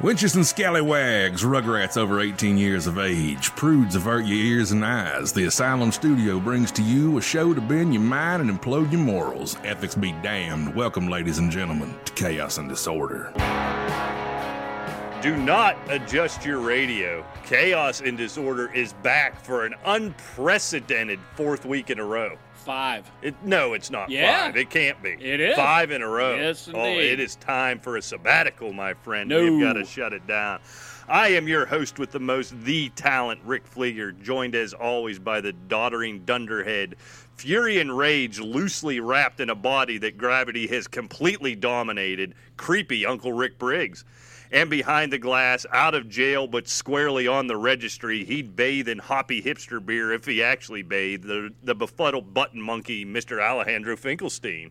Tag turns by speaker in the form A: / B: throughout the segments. A: Winches and scallywags, rugrats over 18 years of age, prudes avert your ears and eyes. The Asylum Studio brings to you a show to bend your mind and implode your morals. Ethics be damned. Welcome, ladies and gentlemen, to Chaos and Disorder.
B: Do not adjust your radio. Chaos and Disorder is back for an unprecedented fourth week in a row.
C: Five.
B: It, no, it's not
C: Yeah.
B: five. It can't be.
C: It is.
B: Five in a row.
C: Yes,
B: Oh,
C: indeed.
B: it is time for a sabbatical, my friend.
C: No.
B: We've got to shut it down. I am your host with the most, the talent, Rick Flieger, joined as always by the doddering dunderhead, fury and rage loosely wrapped in a body that gravity has completely dominated, creepy Uncle Rick Briggs. And behind the glass, out of jail but squarely on the registry, he'd bathe in hoppy hipster beer if he actually bathed, the, the befuddled button monkey, Mr. Alejandro Finkelstein.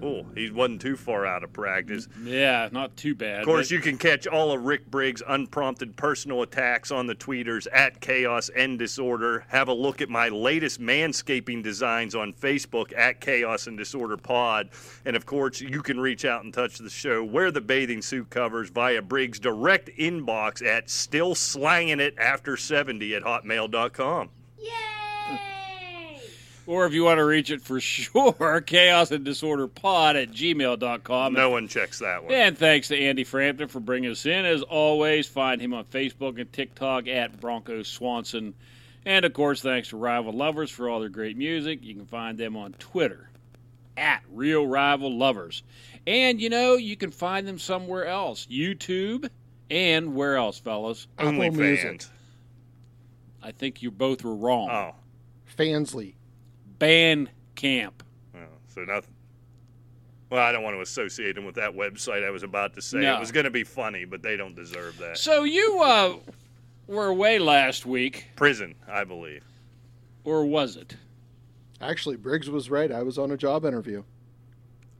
B: Oh, he wasn't too far out of practice.
C: Yeah, not too bad.
B: Of course, you can catch all of Rick Briggs' unprompted personal attacks on the tweeters at Chaos and Disorder. Have a look at my latest manscaping designs on Facebook at Chaos and Disorder Pod. And of course, you can reach out and touch the show wear the bathing suit covers via Briggs' direct inbox at still slanging it after 70 at hotmail.com.
D: Yay!
C: Or if you want to reach it for sure, chaos and disorder pod at gmail.com.
B: No one checks that one.
C: And thanks to Andy Frampton for bringing us in. As always, find him on Facebook and TikTok at Bronco Swanson. And of course, thanks to Rival Lovers for all their great music. You can find them on Twitter at Real Rival Lovers. And you know, you can find them somewhere else YouTube and where else, fellas?
B: Only
E: Apple Music.
B: fans.
C: I think you both were wrong.
B: Oh,
E: Fansly.
C: Band Camp.
B: Oh, so nothing. Well, I don't want to associate them with that website. I was about to say
C: No.
B: it was going to be funny, but they don't deserve that.
C: So you uh, were away last week,
B: Prison, I believe.
C: or was it?
E: Actually, Briggs was right. I was on a job interview.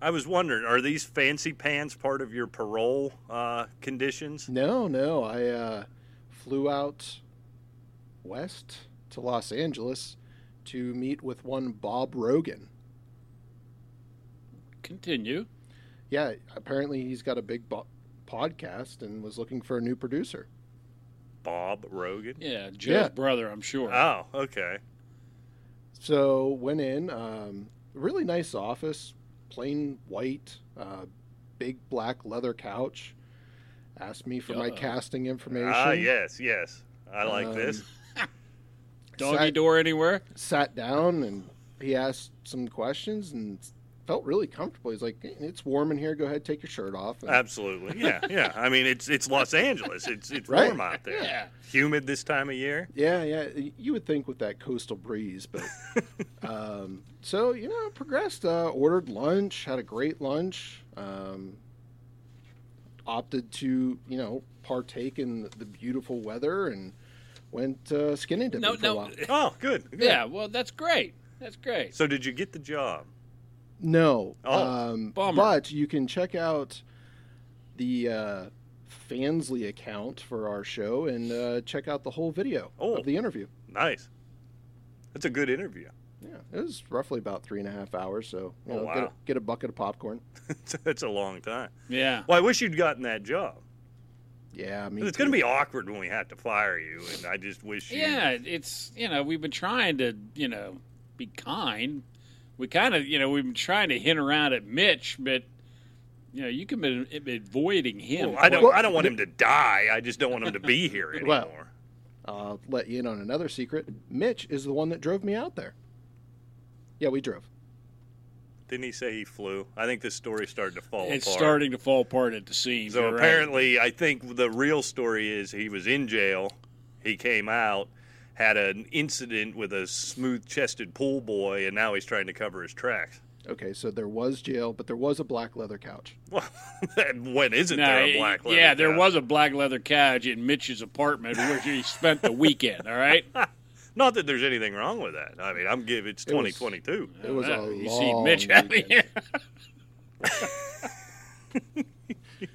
B: I was wondering, are these fancy pants part of your parole uh, conditions?
E: No, no. I uh, flew out west to Los Angeles to meet with one Bob Rogan.
C: Continue.
E: Yeah, apparently he's got a big bo- podcast and was looking for a new producer.
B: Bob Rogan.
C: Yeah, Joe's
E: Yeah.
C: brother, I'm sure.
B: Oh, okay.
E: So went in, um, really nice office, plain white, uh, big black leather couch. Asked me for my
C: Uh-oh.
E: casting information.
B: Ah, yes, yes. I like
E: Um,
B: this.
C: Doggy
E: Sat-
C: door anywhere?
E: sat down and he asked some questions and felt really comfortable. He's like, "It's warm in here. Go ahead, take your shirt off."
B: Uh,
E: And
B: Absolutely. Yeah, yeah. I mean, it's it's Los Angeles. It's it's
E: Right.
B: warm out there.
C: Yeah.
B: Humid this time of year.
E: yeah, yeah. You would think with that coastal breeze, but um, so you know, progressed. Uh, ordered lunch. Had a great lunch. Um, opted to you know partake in the beautiful weather and went uh, skinny dipping
C: No,
E: for
C: no.
E: a while.
B: Oh, good. good.
C: Yeah, well, that's great. That's great.
B: So did you get the job?
E: No.
B: Oh,
E: um,
C: bummer.
E: But you can check out the uh, Fansly account for our show and uh, check out the whole video
B: Oh.
E: of the interview.
B: Nice. That's a good interview.
E: Yeah, it was roughly about three and a half hours. So you
B: Oh,
E: know, get, a,
B: wow.
E: get a bucket of popcorn.
B: That's a long time.
C: Yeah.
B: Well, I wish you'd gotten that job.
E: Yeah, me
B: 'Cause It's going to be awkward when we have to fire you, and I just wish you.
C: Yeah, it's, you know, we've been trying to, you know, be kind. We kind of, you know, we've been trying to hint around at Mitch, but, you know, you can be be avoiding him.
B: Well, Oh, I don't.
E: Well,
B: I don't want him to die. I just don't want him to be here anymore.
E: Well- I'll let you in on another secret. Mitch is the one that drove me out there. Yeah, we drove.
B: Didn't he say he flew? I think this story's starting to fall
C: It's
B: apart.
C: starting to fall apart at the seams.
B: So
C: you're right.
B: apparently, I think the real story is he was in jail. He came out, had an incident with a smooth-chested pool boy, and now he's trying to cover his tracks.
E: Okay, so there was jail, but there was a black leather couch.
B: Well, when isn't
C: No,
B: there a
C: it-
B: black? leather
C: yeah, there
B: couch?
C: was a black leather couch in Mitch's apartment where he spent the weekend. All right,
B: Not that there's anything wrong with that. I mean, I'm giving it's
E: It was-
B: 2022.
E: It was
C: Uh,
E: a
C: you see
E: long
C: Mitch out
E: weekend.
C: here.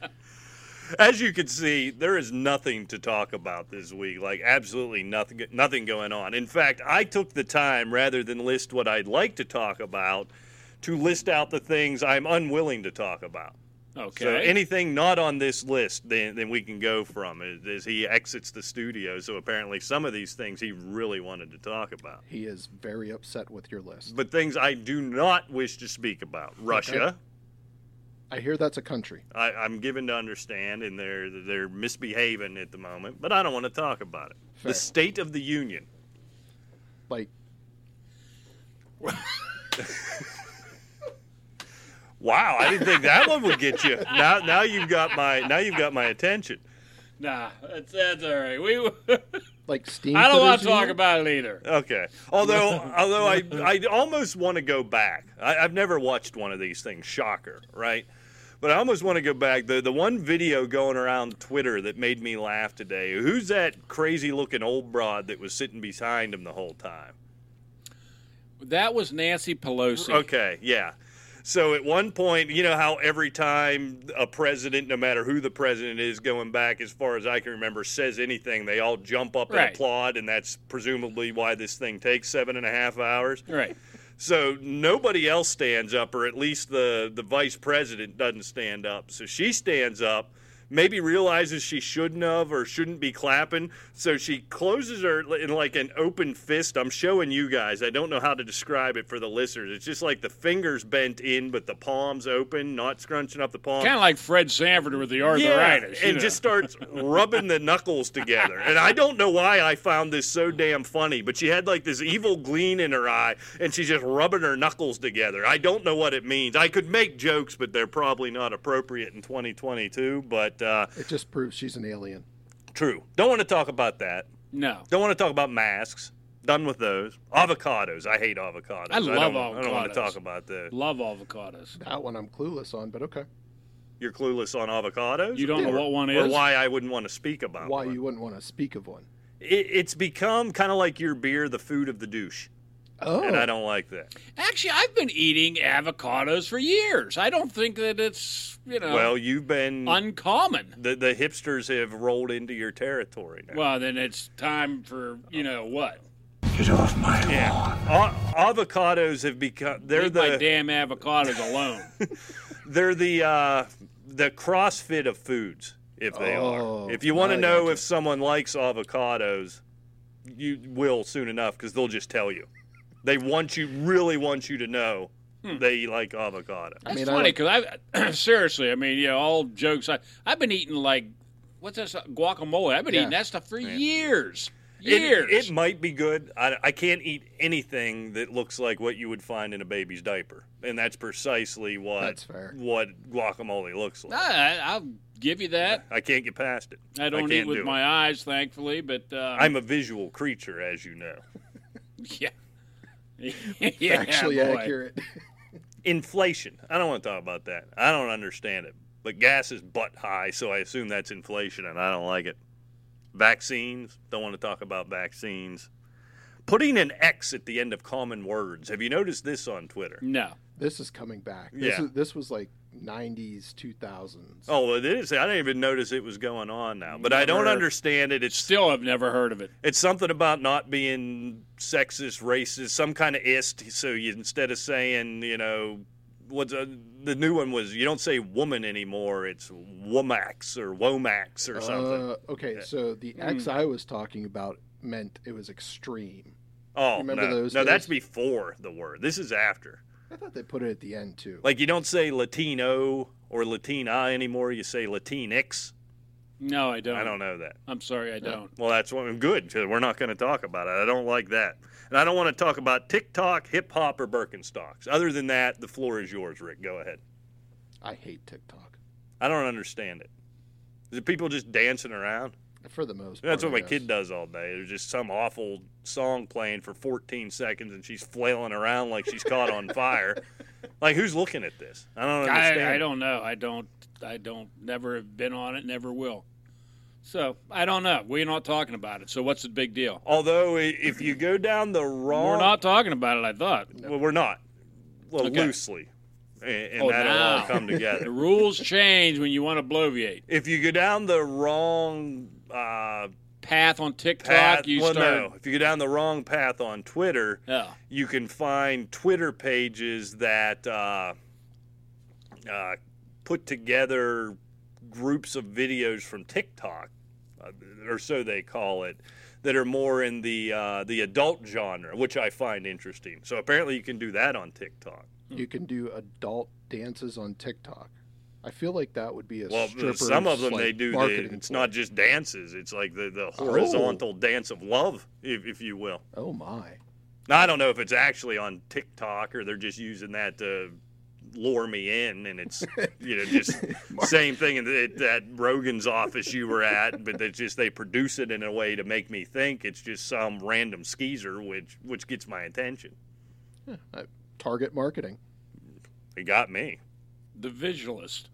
B: As you can see, there is nothing to talk about this week. Like absolutely nothing, nothing going on. In fact, I took the time rather than list what I'd like to talk about, to list out the things I'm unwilling to talk about.
C: Okay.
B: So anything not on this list, then, then we can go from as- as he exits the studio. So apparently, some of these things he really wanted to talk about,
E: He is very upset with your list.
B: but things I do not wish to speak about. Russia,
E: I hear that's a country.
B: I, I'm given to understand, and they're they're misbehaving at the moment, but I don't want to talk about it.
E: Fair.
B: The State of the Union.
E: Like,
B: Wow, I didn't think that one would get you. Now now you've got my now you've got my attention.
C: nah, that's, that's all right. We.
E: like steam.
C: I don't want
E: fitters
C: to talk
E: union?
C: about it either.
B: Okay. Although, although I, I almost want to go back. I, I've never watched one of these things. Shocker, right? But I almost want to go back. The the one video going around Twitter that made me laugh today. Who's that crazy looking old broad that was sitting behind him the whole time?
C: That was Nancy Pelosi.
B: Okay, yeah. So at one point, you know how every time a president, no matter who the president is, going back as far as I can remember, says anything, they all jump up
C: Right.
B: and applaud, and that's presumably why this thing takes seven and a half hours.
C: Right.
B: So nobody else stands up, or at least the, the vice president doesn't stand up. So she stands up, maybe realizes she shouldn't have or shouldn't be clapping. So she closes her in like an open fist. I'm showing you guys. I don't know how to describe it for the listeners. It's just like the fingers bent in, but the palms open, not scrunching up the palm.
C: Kind of like Fred Sanford with the
B: Yeah,
C: arthritis. you
B: and
C: know.
B: just starts rubbing the knuckles together. And I don't know why I found this so damn funny, but she had like this evil gleam in her eye, and she's just rubbing her knuckles together. I don't know what it means. I could make jokes, but they're probably not appropriate in 2022. But uh,
E: It just proves she's an alien.
B: true. Don't want to talk about that.
C: no.
B: Don't want to talk about masks. Done with those. Avocados. I hate avocados.
C: I love
B: don't, I don't want
C: avocados.
B: to talk about those.
C: Love avocados.
E: That one I'm clueless on, but okay.
B: You're clueless on avocados.
C: You don't know
B: Or-
C: what one
B: Or
C: is?
B: why I wouldn't want to speak about
E: Why
B: one.
E: you wouldn't want to speak of one?
B: it, it's become kind of like your beer, the food of the douche,
E: Oh,
B: and I don't like that.
C: Actually, I've been eating avocados for years. I don't think that it's you know
B: well, you've been
C: uncommon.
B: the the hipsters have rolled into your territory now.
C: Well, then it's time for you know what.
B: yeah, A- avocados have become they're
C: Leave my
B: the
C: damn avocados alone.
B: they're the uh, the CrossFit of foods, if they
E: Oh,
B: are. If you want
E: I
B: to know
E: gotcha.
B: if someone likes avocados, you will soon enough because they'll just tell you. They want you really want you to know they like avocado.
C: That's
E: mean, I
C: funny
E: like-
C: because I seriously, I mean, you know, all jokes. I I've been eating like what's that stuff? guacamole? I've been
E: Yeah.
C: eating that stuff for years,
B: It-
C: years.
B: It, might be good. I, I can't eat anything that looks like what you would find in a baby's diaper, and that's precisely what
E: That's fair.
B: what guacamole looks like.
C: I, I'll give you that.
B: I can't get past it.
C: I don't
B: can't
C: eat with
B: do
C: my
B: It.
C: eyes, thankfully, but uh,
B: I'm a visual creature, as you know.
C: yeah, yeah,
E: actually
C: boy.
E: accurate.
B: Inflation. I don't want to talk about that. I don't understand it. But gas is butt high, so I assume that's inflation, and I don't like it. Vaccines. Don't want to talk about vaccines. Putting an X at the end of common words. Have you noticed this on Twitter?
C: No,
E: this is coming back. This,
B: Yeah.
E: is, this was like 90s, 2000s.
B: Oh, well, it is. I didn't even notice it was going on now, but I don't
C: Never-
B: understand it. It's
C: still have never heard of it.
B: it's something about not being sexist, racist, some kind of ist. So you instead of saying, you know, what's uh, the new one was you don't say woman anymore. It's womax or womax or something.
E: Uh, okay, so the X I was talking about meant it was extreme.
B: oh,
E: remember
B: no,
E: those
B: no,
E: days?
B: that's before the word. This is after.
E: I thought they put it at the end too.
B: Like you don't say Latino or Latina anymore. You say Latinx.
C: No, I
E: Uh-huh.
C: don't.
B: I don't know that.
C: I'm sorry, I don't.
B: Well, that's what, good. 'cause We're not going to talk about it. I don't like that. And I don't want to talk about TikTok, hip hop, or Birkenstocks. Other than that, the floor is yours, Rick. Go ahead.
E: I hate TikTok
B: I don't understand it. Is it people just dancing around?
E: for the most.
B: That's what
E: part,
B: my
E: yes.
B: kid does all day. There's just some awful song playing for 14 seconds and she's flailing around like she's caught on fire. Like, who's looking at this? I don't understand.
C: I, I don't know. I don't. I don't. Never have been on it. Never will. So I don't know. We're not talking about it. So what's the big deal?
B: Although, i- if you go down the wrong.
C: We're not talking about it. I thought
B: Well, we're not. Well,
C: Okay.
B: loosely. And, and
C: Oh,
B: that'll
C: now.
B: all come together.
C: the rules change when you want to bloviate.
B: if you go down the wrong uh,
C: Path on TikTok,
B: path,
C: you
B: well,
C: start.
B: no, if you go down the wrong path on Twitter,
C: Yeah.
B: you can find Twitter pages that uh, uh, put together groups of videos from TikTok, uh, or so they call it, that are more in the uh, the adult genre, which I find interesting. So apparently, you can do that on TikTok.
E: You can do adult dances on TikTok. I feel like that would be a
B: Well,
E: stripper's,
B: some of them
E: like,
B: they do. The,
E: marketing Oh.
B: it's
E: ploy.
B: not just dances; it's like the the horizontal dance of love, if, if you will.
E: Oh my!
B: Now, I don't know if it's actually on TikTok or they're just using that to lure me in, and it's you know just same thing in that, that Rogan's office you were at, but it's just they produce it in a way to make me think it's just some random skeezer, which which gets my attention.
E: Target marketing.
B: It got me.
C: The Visualist.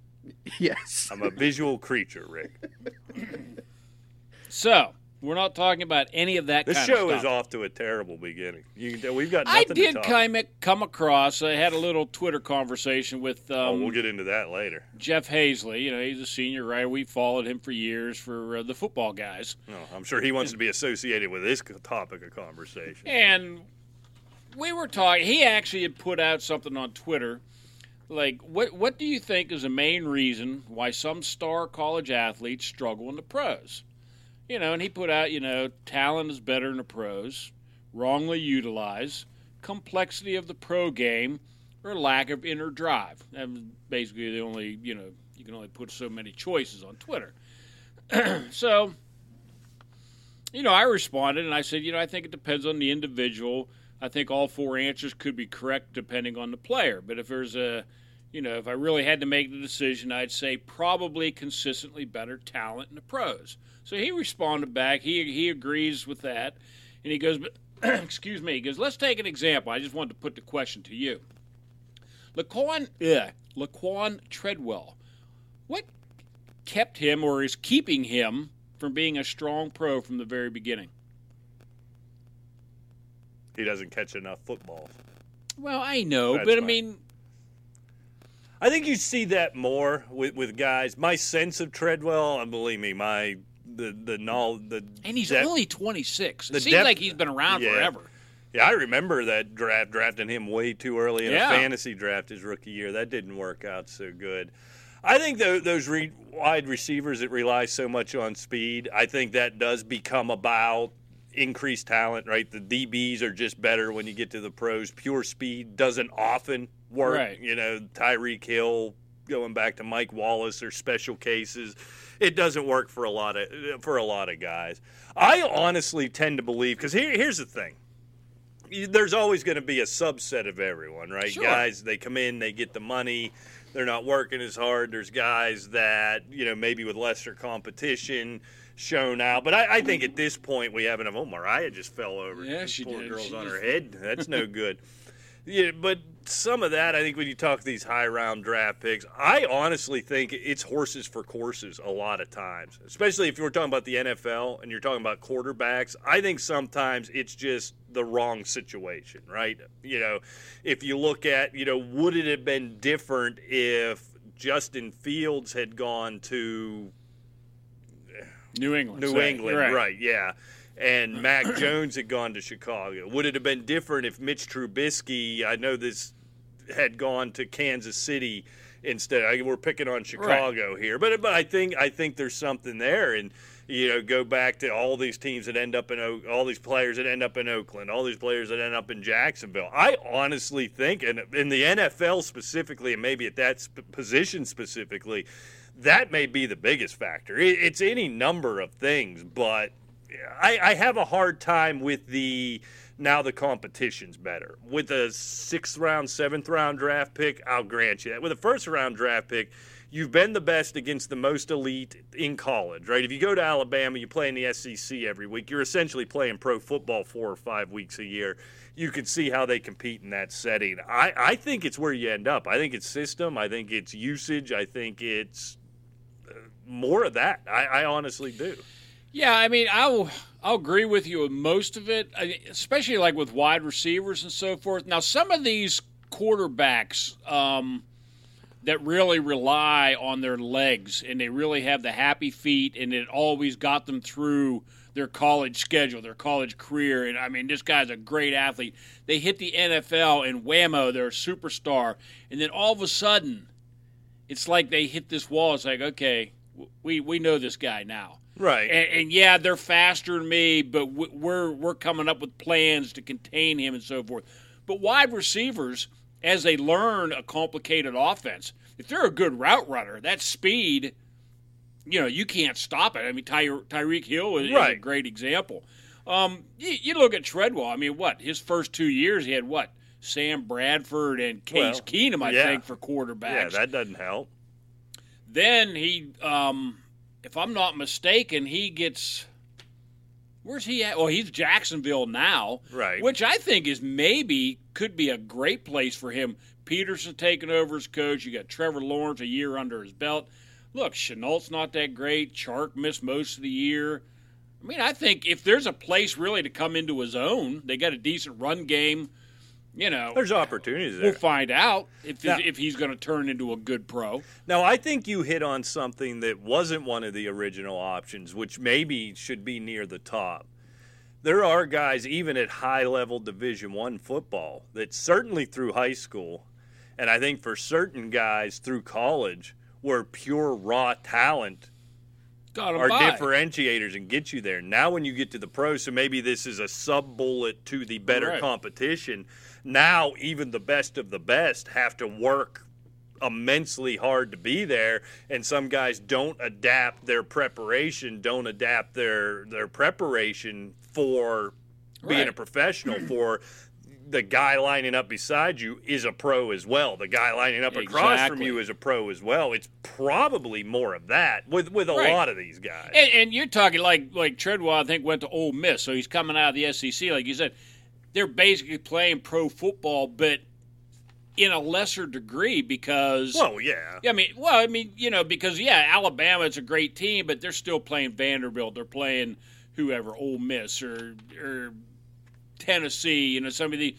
E: Yes.
B: I'm a visual creature, Rick.
C: So we're not talking about any of that.
B: This
C: kind
B: show
C: of
B: is
C: stuff.
B: off to a terrible beginning. You can, tell- we've got.
C: I
B: Nothing
C: did
B: to talk.
C: come come across. I had a little Twitter conversation with um,
B: Oh, we'll get into that later.
C: Jeff Hazley. You know, he's a senior writer. We followed him for years for uh, the football guys.
B: No, I'm sure he wants to be associated with this topic of conversation.
C: And we were talking. He actually had put out something on Twitter, like, "What what do you think is the main reason why some star college athletes struggle in the pros?" You know, and he put out, you know, talent is better in the pros, wrongly utilized, complexity of the pro game, or lack of inner drive. That was basically the only, you know, you can only put so many choices on Twitter. so you know, I responded and I said, you know, I think it depends on the individual. I think all four answers could be correct depending on the player. But if there's a, you know, if I really had to make the decision, I'd say probably consistently better talent in the pros. So he responded back. He he agrees with that, and he goes, but excuse me, he goes, let's take an example. I just wanted to put the question to you. Laquan, yeah, Laquan Treadwell. What kept him or is keeping him from being a strong pro from the very beginning?
B: He doesn't catch enough football.
C: Well, I know,
B: That's
C: but I
B: fine.
C: mean,
B: I think you see that more with, with guys. My sense of Treadwell, and believe me, my the the null the
C: and he's
B: depth-
C: only 26.
B: the
C: It seems
B: depth-
C: like he's been around
B: yeah.
C: forever.
B: Yeah, I remember that draft drafting him way too early in
C: Yeah.
B: a fantasy draft his rookie year. That didn't work out so good. I think tho- those re- wide receivers that rely so much on speed, I think that does become about increased talent, right? The DBs are just better when you get to the pros. Pure speed doesn't often work.
C: Right.
B: You know, Tyreek Hill, going back to Mike Wallace, are special cases. It doesn't work for a lot of for a lot of guys. I honestly tend to believe because here, here's the thing you- there's always going to be a subset of everyone, right?
C: Sure.
B: Guys, they come in, they get the money, they're not working as hard. There's guys that, you know, maybe with lesser competition shown out. But I, I think at this point, we have enough. Oh, Mariah just fell over.
C: Yeah,
B: This
C: she
B: poor
C: did.
B: girl's
C: She
B: on
C: just-
B: her head. That's no good. Yeah, but some of that, I think, when you talk these high round draft picks, I honestly think it's horses for courses a lot of times, especially if you're talking about the NFL and you're talking about quarterbacks. I think sometimes it's just the wrong situation, right? You know, if you look at, you know, would it have been different if Justin Fields had gone to
C: New England.
B: New
C: so-
B: England, right. Yeah, and Mac Jones had gone to Chicago. Would it have been different if Mitch Trubisky? I know this had gone to Kansas City instead. I, we're picking on Chicago here, but but I think I think there's something there, and you know, go back to all these teams that end up in O- all these players that end up in Oakland, all these players that end up in Jacksonville. I honestly think, and in the NFL specifically, and maybe at that sp- position specifically, that may be the biggest factor. It, it's any number of things, but I, I have a hard time with the now the competition's better. With a sixth round, seventh round draft pick, I'll grant you that. With a first round draft pick, you've been the best against the most elite in college, right? If you go to Alabama, you play in the SEC every week. You're essentially playing pro football four or five weeks a year. You can see how they compete in that setting. I, I think it's where you end up. I think it's system. I think it's usage. I think it's uh, more of that. I, I honestly do.
C: Yeah, I mean, I'll I'll agree with you with most of it, I- especially like with wide receivers and so forth. Now, some of these quarterbacks um, that really rely on their legs and they really have the happy feet, and it always got them through their college schedule, their college career. And I mean, this guy's a great athlete. They hit the NFL and whammo, they're a superstar, and then all of a sudden it's like they hit this wall. It's like, okay, w- we we know this guy now,
B: Right.
C: and, and yeah, they're faster than me, but w- we're we're coming up with plans to contain him and so forth. But wide receivers, as they learn a complicated offense, if they're a good route runner, that speed, you know, you can't stop it. I mean, Ty- Tyreek Hill is, is a
B: Right.
C: great example. Um, you, you look at Treadwell. I mean, what his first two years, he had what Sam Bradford and Case
B: Well,
C: Keenum, I
B: yeah.
C: think, for quarterbacks
B: yeah, that doesn't help.
C: then he um if i'm not mistaken he gets where's he at well he's jacksonville now
B: Right.
C: which i think is maybe could be a great place for him peterson taking over as coach you got trevor lawrence a year under his belt look chenault's not that great chark missed most of the year i mean i think if there's a place really to come into his own they got a decent run game you know
B: There's opportunities there.
C: we'll find out if,
B: Now-
C: if he's going to turn into a good pro
B: Now, I think you hit on something that wasn't one of the original options, which maybe should be near the top. There are guys even at high level Division 1 football that certainly through high school and I think for certain guys through college were pure raw talent
C: got him
B: are
C: by.
B: differentiators and get you there. Now, when you get to the pros, so maybe this is a sub bullet to the better
C: Right.
B: competition. Now, even the best of the best have to work immensely hard to be there, and some guys don't adapt their preparation, don't adapt their their preparation for being a
C: Right.
B: professional for. The guy lining up beside you is a pro as well. The guy lining up across from
C: Exactly.
B: you is a pro as well. It's probably more of that with with a
C: Right.
B: lot of these guys.
C: And, and you're talking like like Treadwell, I think, went to Ole Miss, so he's coming out of the SEC. Like you said, they're basically playing pro football, but in a lesser degree because.
B: Well, yeah.
C: Yeah, I mean, well, I mean, you know, because yeah, Alabama it's a great team, but they're still playing Vanderbilt. They're playing whoever, Ole Miss or or Tennessee. You know, some of the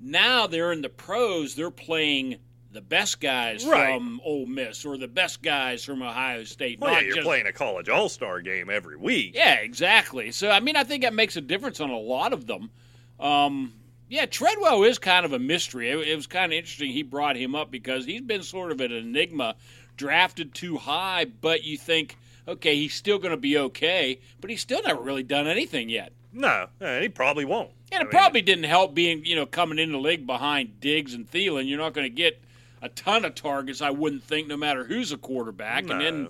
C: now they're in the pros. They're playing the best guys
B: Right.
C: from Ole Miss or the best guys from Ohio State.
B: Well, yeah,
C: not
B: you're
C: just
B: playing a college all star game every week.
C: Yeah, exactly. So I mean, I think that makes a difference on a lot of them. Um, yeah, Treadwell is kind of a mystery. It, it was kind of interesting he brought him up because he's been sort of an enigma, drafted too high, but you think, okay, he's still going to be okay, but he's still never really done anything yet.
B: No, and he probably won't.
C: And
B: I
C: it
B: mean,
C: probably didn't help being, you know, coming into the league behind Diggs and Thielen. You're not going to get a ton of targets, I wouldn't think, no matter who's a quarterback. And then,
B: No.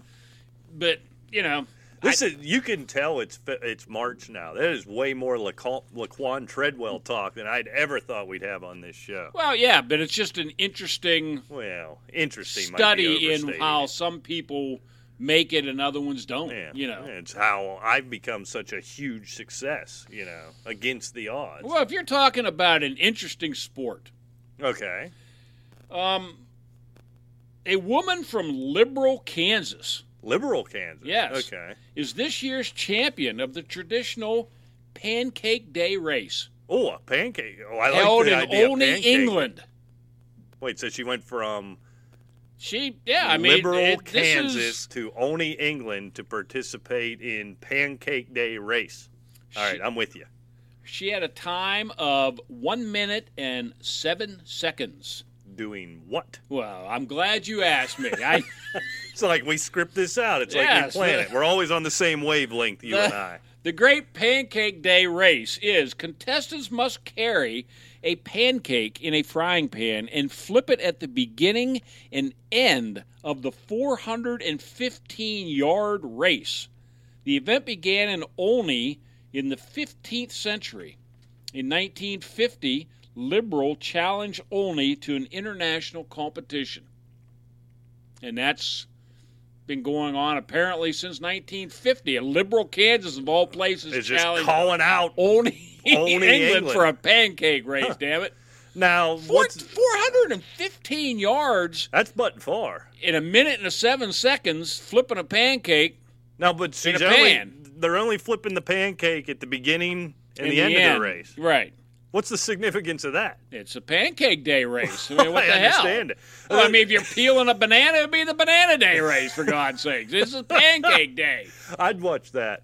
C: but you know,
B: This is you can tell it's fe- it's March now. That is way more Laquan, Laquan Treadwell talk than I'd ever thought we'd have on this show.
C: well, yeah, but it's just an interesting.
B: Well, interesting might be
C: study in
B: overstating
C: how
B: it.
C: some people make it and other ones don't.
B: Yeah.
C: You know.
B: it's how I've become such a huge success. You know, against the odds.
C: Well, if you're talking about an interesting sport,
B: Okay,
C: um, a woman from liberal Kansas
B: liberal Kansas.
C: Yes.
B: Okay.
C: is this year's champion of the traditional Pancake Day race
B: Oh, a pancake. Oh, I like
C: held
B: the
C: in
B: idea of
C: Olney,
B: pancake.
C: England.
B: Wait, so she went from
C: She, yeah, I mean,
B: liberal
C: it- this is-
B: Kansas to Oney, England to participate in Pancake Day race. All right, I'm with you.
C: she had a time of one minute and seven seconds.
B: Doing what?
C: Well, I'm glad you asked me. I.
B: It's like we script this out. It's like we
C: Yes.
B: plan it. We're always on the same wavelength, you and I.
C: The Great Pancake Day race is contestants must carry a pancake in a frying pan and flip it at the beginning and end of the 415 yard race. The event began in Olney in the 15th century. In 1950, Liberal challenged Olney to an international competition. And that's been going on apparently since 1950. A liberal Kansas, of all places,
B: It's just
C: challenged
B: calling out.
C: Olney,
B: Olney,
C: England,
B: England.
C: for a pancake race, damn it.
B: Now,
C: Four,
B: what's
C: 415 yards
B: that's but far.
C: in a minute and seven seconds flipping a pancake.
B: Now, but she's
C: a
B: only,
C: pan.
B: they're only flipping the pancake at the beginning and
C: in
B: the, end, of the race.
C: Right.
B: What's the significance of that?
C: It's a pancake day race. I mean, what
B: I
C: the hell?
B: understand it. Uh,
C: Well, I mean, if you're peeling a banana, it'd be the banana day race, for God's sakes. This is pancake day.
B: I'd watch that.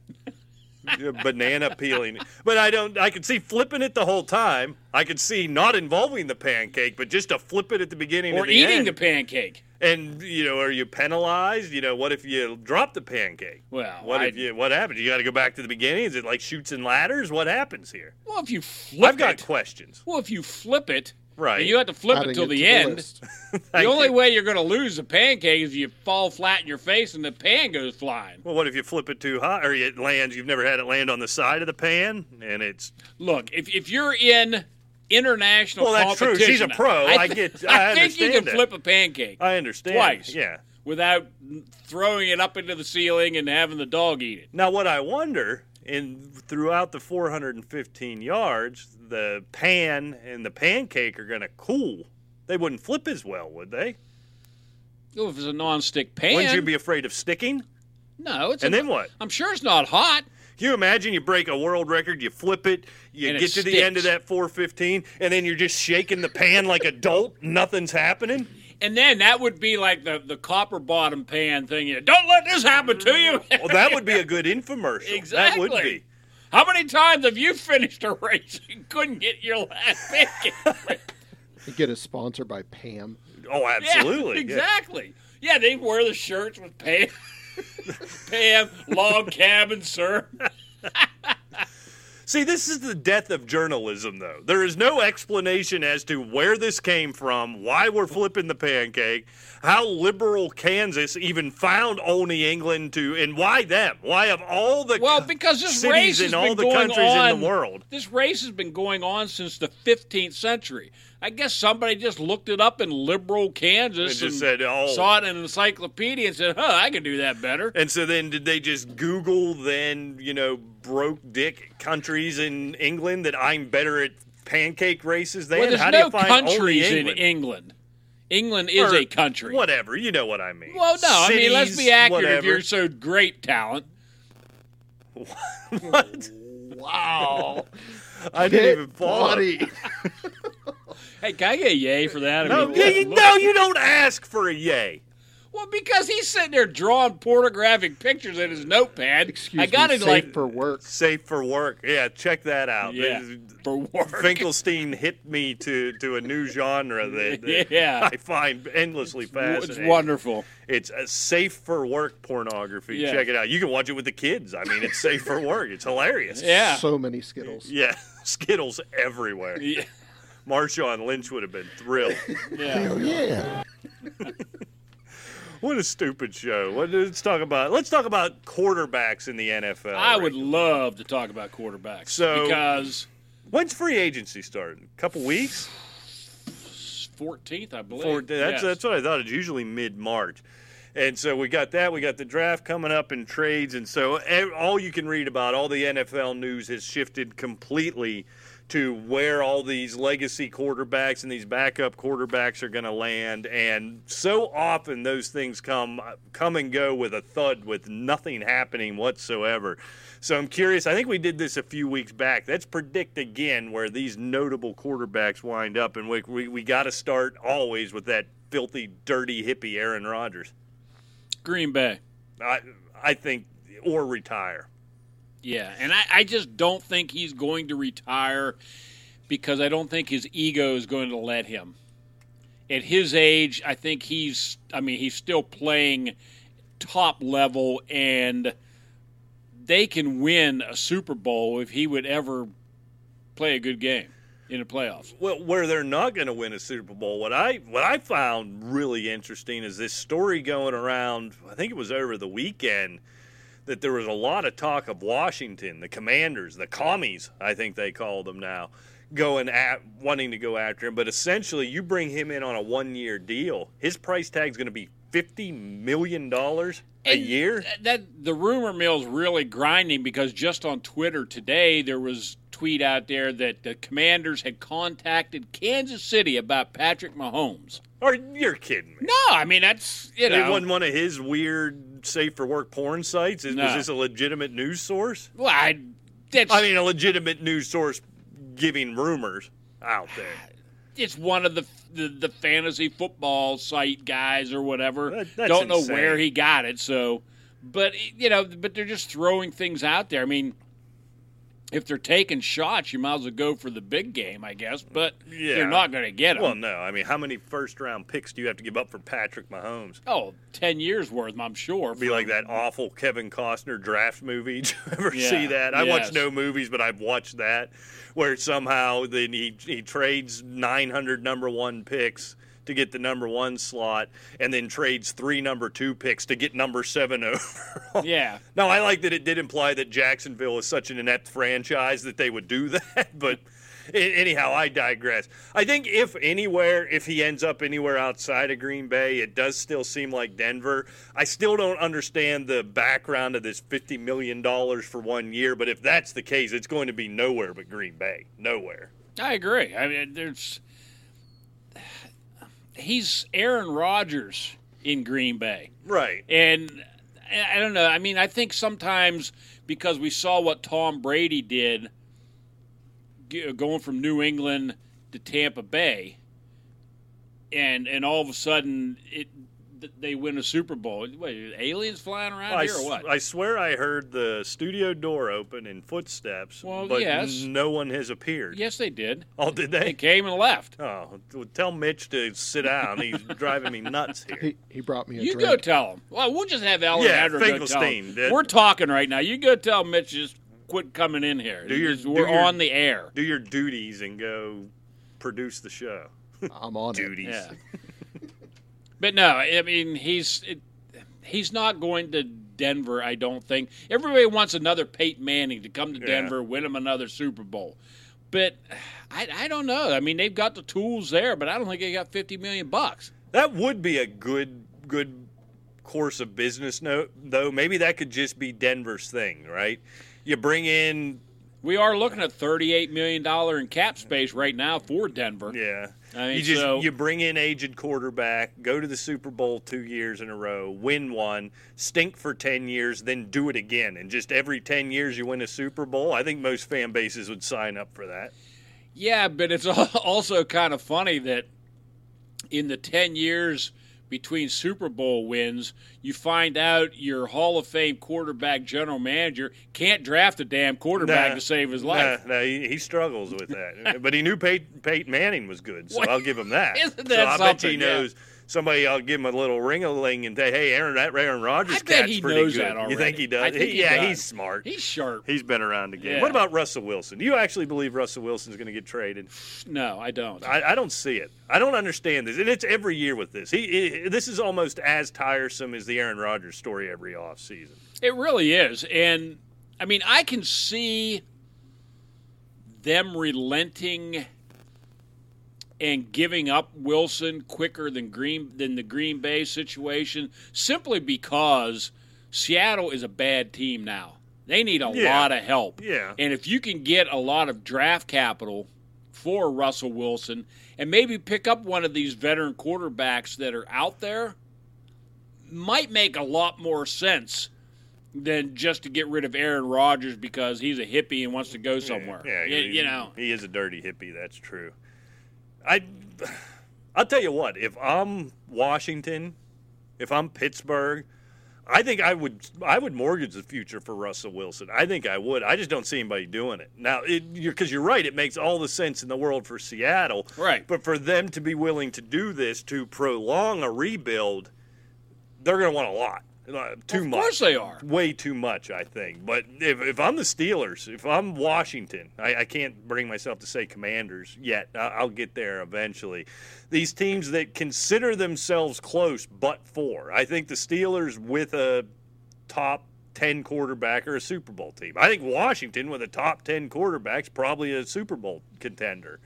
B: Yeah, Banana peeling, but I don't. I could see flipping it the whole time. I could see not involving the pancake, but just to flip it at the beginning
C: Or
B: and the
C: eating
B: end.
C: the pancake.
B: And you know, are you penalized? You know, what if you drop the pancake?
C: Well,
B: What
C: I-
B: if you? What happens? You got to go back to the beginning. Is it like shoots and ladders? What happens here?
C: Well, if you flip
B: I've got
C: it,
B: questions.
C: well, if you flip it,
B: Right.
C: and you have to flip
E: Adding
C: it till
E: to
C: the end.
E: list.
C: the
B: Thank
C: only
B: you.
C: way you're going to lose the pancake is you fall flat in your face and the pan goes flying.
B: Well, what if you flip it too high, or it lands? You've never had it land on the side of the pan, and it's
C: Look, if, if you're in international
B: Well, that's true.
C: competition,
B: She's a pro. I get- I
C: think you
B: understand
C: can
B: that.
C: flip a pancake
B: I understand.
C: Twice.
B: Yeah.
C: without throwing it up into the ceiling and having the dog eat it.
B: Now, what I wonder in throughout the 415 yards, the pan and the pancake are going to cool. They wouldn't flip as well, would they?
C: Oh, if it's a non-stick pan,
B: Wouldn't you be afraid of sticking?
C: no, it's
B: And
C: a-
B: then what?
C: I'm sure it's not hot.
B: Can you imagine you break a world record, you flip it, you
C: And it
B: get to the end of
C: sticks.
B: that 415, and then you're just shaking the pan like a dolt, nothing's happening?
C: And then that would be like the, the copper bottom pan thing. You don't let this happen to you.
B: Well, that would be a good infomercial. That would
C: Exactly.
B: be.
C: How many times have you finished a race and couldn't get your last pancake?
E: Get a sponsor by Pam.
B: Oh, absolutely. yeah.
C: Yeah, exactly. Yeah. they wear the shirts with Pam. Pam, log cabin, sir.
B: See, this is the death of journalism, though. There is no explanation as to where this came from, why we're flipping the pancake, how liberal Kansas even found only England to, and why them? Why of all the
C: Well,
B: co-
C: because this
B: cities
C: race has
B: in
C: been
B: all the
C: going
B: countries
C: on,
B: in the world?
C: This race has been going on since the 15th century. I guess somebody just looked it up in liberal Kansas
B: And just said, "Oh."
C: saw it in an encyclopedia and said, "Huh, I can do that better."
B: And so then, did they just Google then, you know, broke dick countries in England that I'm better at pancake races than?
C: well, there's
B: How do
C: no
B: you find
C: countries
B: only
C: in
B: England?
C: England. England is
B: Or
C: a country.
B: Whatever, you know what I mean.
C: Well, no, I mean, let's
B: Cities,
C: be accurate. If
B: whatever.
C: you're so great talent,
B: What? Wow. I didn't even fall.
E: Bloody.
C: hey, can I get a yay for that? I
B: No,
C: mean,
B: yeah,
C: look-
B: you,
C: look-
B: no, you don't ask for a yay.
C: Well, because he's sitting there drawing pornographic pictures in his notepad.
E: Excuse
C: I got
E: me.
C: it
E: safe
C: like
E: for work.
B: Safe for work. Yeah, check that out.
C: yeah, for work.
B: Finkelstein hit me to, to a new genre that, that
C: Yeah.
B: I find endlessly
C: it's
B: fascinating.
C: wonderful.
B: It's a safe for work pornography.
C: Yeah.
B: Check it out. You can watch it with the kids. I mean, it's safe for work. It's hilarious.
C: Yeah.
E: So many Skittles.
B: Yeah. Skittles everywhere.
C: yeah.
B: Marshawn Lynch would have been thrilled.
C: Yeah.
B: What a stupid show. What, let's talk about let's talk about quarterbacks in the NFL.
C: I would love to talk about quarterbacks
B: So-
C: because
B: When's free agency start? A couple weeks?
C: 14th, I believe.
B: Four, that's
C: Yes.
B: that's what I thought. It's usually mid March. And so we got that. We got the draft coming up and trades. And so e- all you can read about, all the NFL news has shifted completely to where all these legacy quarterbacks and these backup quarterbacks are going to land. And so often those things come come and go with a thud, with nothing happening whatsoever. So I'm curious. I think we did this a few weeks back. Let's predict again where these notable quarterbacks wind up, and we we, we got to start always with that filthy, dirty hippie Aaron Rodgers.
C: Green Bay.
B: I I think or retire.
C: Yeah, and I, I just don't think he's going to retire because I don't think his ego is going to let him. At his age, I think he's, I mean, he's still playing top level, and they can win a Super Bowl if he would ever play a good game in the playoffs.
B: Well, where they're not going to win a Super Bowl. What I what I found really interesting is this story going around. I think it was over the weekend that there was a lot of talk of Washington, the Commanders, the commies, I think they call them now, going at wanting to go after him. But essentially, you bring him in on a one-year deal. His price tag's going to be fifty million dollars a
C: And
B: year.
C: th- That the rumor mill's really grinding because just on Twitter today there was tweet out there that the Commanders had contacted Kansas City about Patrick Mahomes.
B: Or you're kidding me?
C: No, I mean that's you
B: It
C: know.
B: wasn't one of his weird safe for work porn sites. Is
C: No.
B: Was this a legitimate news source?
C: well, I, that's,
B: I mean, a legitimate news source giving rumors out there.
C: it's one of the, the the fantasy football site guys or whatever.
B: That- that's
C: Don't know
B: insane.
C: where he got it. So, but you know, but they're just throwing things out there. I mean, if they're taking shots, you might as well go for the big game, I guess. But
B: Yeah.
C: you're not going to get them.
B: Well, no. I mean, how many first round picks do you have to give up for Patrick Mahomes?
C: oh, 10 years worth, I'm sure.
B: Be like that awful Kevin Costner draft movie. Did you ever
C: Yeah,
B: see that? I
C: yes.
B: watch no movies, but I've watched that, where somehow then he he trades 900 number one picks to get the number one slot, and then trades three number two picks to get number seven overall.
C: Yeah.
B: Now, I like that it did imply that Jacksonville is such an inept franchise that they would do that, but a- anyhow, I digress. I think if anywhere, if he ends up anywhere outside of Green Bay, it does still seem like Denver. I still don't understand the background of this $50 million for one year, but if that's the case, it's going to be nowhere but Green Bay. Nowhere.
C: I agree. I mean, there's he's Aaron Rodgers in Green Bay,
B: Right.
C: and I- I don't know. I mean, I think sometimes because we saw what Tom Brady did g- uh, going from New England to Tampa Bay, and and all of a sudden it th- they win a Super Bowl. What, aliens flying around
B: I,
C: here or
B: s-
C: what?
B: I swear I heard the studio door open in footsteps,
C: Well,
B: but
C: yes.
B: no one has appeared.
C: yes, they did.
B: Oh, did
C: They came and left.
B: Oh, well, tell Mitch to sit down. He's driving me nuts here.
E: He, he brought me a
C: You
E: drink.
C: go tell him. Well, we'll just have Alejandro
B: Yeah,
C: go tell him.
B: Finkelstein did.
C: We're talking right now. You go tell Mitch just quit coming in here.
B: Do your-
C: Just- We're
B: do your-
C: on the air.
B: Do your duties and go produce the show.
E: I'm on it.
B: Duties.
C: Yeah. but no, I mean he's it, he's not going to Denver. I don't think everybody wants another Peyton Manning to come to
B: Yeah.
C: Denver, win him another Super Bowl. But I, I don't know. I mean, they've got the tools there, but I don't think they got fifty million bucks.
B: That would be a good good course of business note though. Maybe that could just be Denver's thing, right? You bring in
C: We are looking at thirty-eight million dollar in cap space right now for Denver.
B: yeah.
C: I mean,
B: you just
C: so-
B: you bring in aged quarterback, go to the Super Bowl 2 years in a row, win one, stink for 10 years, then do it again. And just every 10 years you win a Super Bowl. I think most fan bases would sign up for that.
C: Yeah, but it's al- also kind of funny that in the 10 years between Super Bowl wins, you find out your Hall of Fame quarterback general manager can't draft a damn quarterback
B: Nah.
C: to save his life.
B: No, no, he, he struggles with that. but he knew Peyton, Peyton Manning was good, so
C: What?
B: I'll give him that.
C: Isn't
B: so
C: that
B: I bet he
C: something, yeah.
B: knows somebody. I'll give him a little ring a ling and say, "Hey, Aaron, that Aaron Rodgers
C: I bet
B: cat's
C: he
B: pretty
C: knows
B: good."
C: that already.
B: You think he does?
C: I think he
B: yeah,
C: does.
B: he's smart.
C: He's sharp.
B: he's been around the game.
C: Yeah.
B: What about Russell Wilson? Do you actually believe Russell Wilson's going to get traded?
C: No, I don't.
B: I, I don't see it. I don't understand this, and it's every year with this. He, he this is almost as tiresome as the Aaron Rodgers story every offseason.
C: It really is. And I mean, I can see them relenting and giving up Wilson quicker than Green than the Green Bay situation simply because Seattle is a bad team now. They need a
B: Yeah.
C: lot of help.
B: Yeah.
C: And if you can get a lot of draft capital for Russell Wilson and maybe pick up one of these veteran quarterbacks that are out there, might make a lot more sense than just to get rid of Aaron Rodgers because he's a hippie and wants to go somewhere.
B: Yeah,
C: you,
B: he-
C: you know.
B: he is a dirty hippie. That's true. I, I'll tell you what. If I'm Washington, if I'm Pittsburgh, I think I would I would mortgage the future for Russell Wilson. I think I would. I just don't see anybody doing it now. Because you're, 'cause you're right. It makes all the sense in the world for Seattle.
C: Right.
B: But for them to be willing to do this to prolong a rebuild, they're going to want a lot. Uh, Too
C: of
B: much
C: course they are.
B: way too much, I think. But if, if I'm the Steelers, if I'm Washington, I, I can't bring myself to say Commanders yet. I, I'll get there eventually. These teams that consider themselves close, but four. I think the Steelers with a top. 10 quarterback or a Super Bowl team. I think Washington with a top 10 quarterback's probably a Super Bowl contender.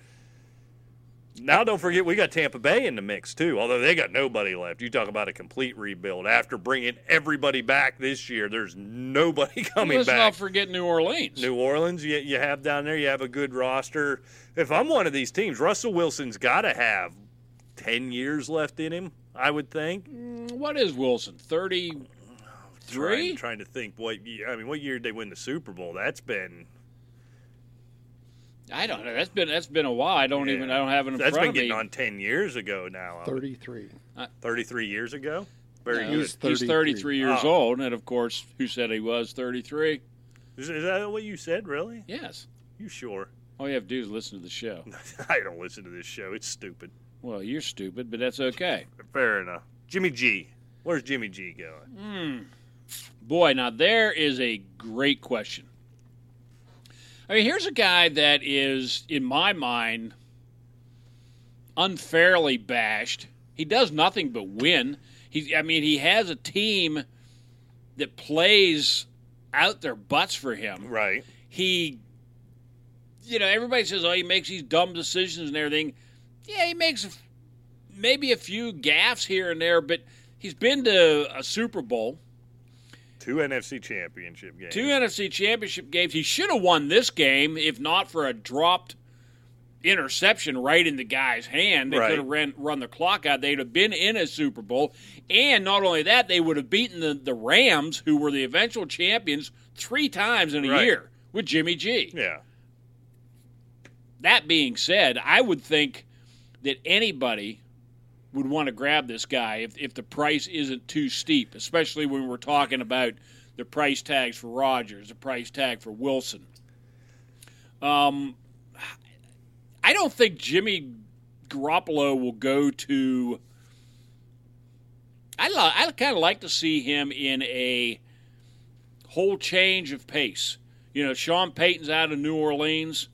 B: Now, don't forget, we got Tampa Bay in the mix, too, although they got nobody left. You talk about a complete rebuild. After bringing everybody back this year, there's nobody coming
C: Let's
B: back.
C: not forget New Orleans.
B: New Orleans, you, you have down there, you have a good roster. If I'm one of these teams, Russell Wilson's got to have 10 years left in him, I would think.
C: what is Wilson? 33?
B: Trying, trying to think what year, I mean, what year did they win the Super Bowl? That's been
C: I don't know. That's been that's been a while. I don't
B: Yeah.
C: even I don't have it in
B: that's
C: front
B: been
C: of me.
B: getting on 10 years ago now.
E: 33.
B: 33 years ago. Very
C: No,
B: good.
E: He's
C: he's 33 years
B: Oh.
C: old and of course who said he was 33?
B: Is, is that what you said, really?
C: Yes.
B: You sure?
C: All you have to do is listen to the show.
B: I don't listen to this show. It's stupid.
C: Well, you're stupid, but that's okay.
B: Fair enough. Jimmy G. Where's Jimmy G going?
C: Hmm. Boy, now there is a great question. I mean, here's a guy that is, in my mind, unfairly bashed. He does nothing but win. He, I mean, he has a team that plays out their butts for him.
B: Right.
C: He, you know, everybody says, oh, he makes these dumb decisions and everything. Yeah, he makes a f- maybe a few gaffes here and there, but he's been to a Super Bowl.
B: Two NFC championship games.
C: Two NFC championship games. He should have won this game if not for a dropped interception right in the guy's hand. They
B: Right.
C: could have ran, run the clock out. They'd have been in a Super Bowl. And not only that, they would have beaten the, the Rams, who were the eventual champions, three times in a
B: Right.
C: year with Jimmy G.
B: Yeah.
C: That being said, I would think that anybody would want to grab this guy if, if the price isn't too steep, especially when we're talking about the price tags for Rogers, the price tag for Wilson. Um, I don't think Jimmy Garoppolo will go to. I lo- I kind of like to see him in a whole change of pace. You know, Sean Payton's out of New Orleans.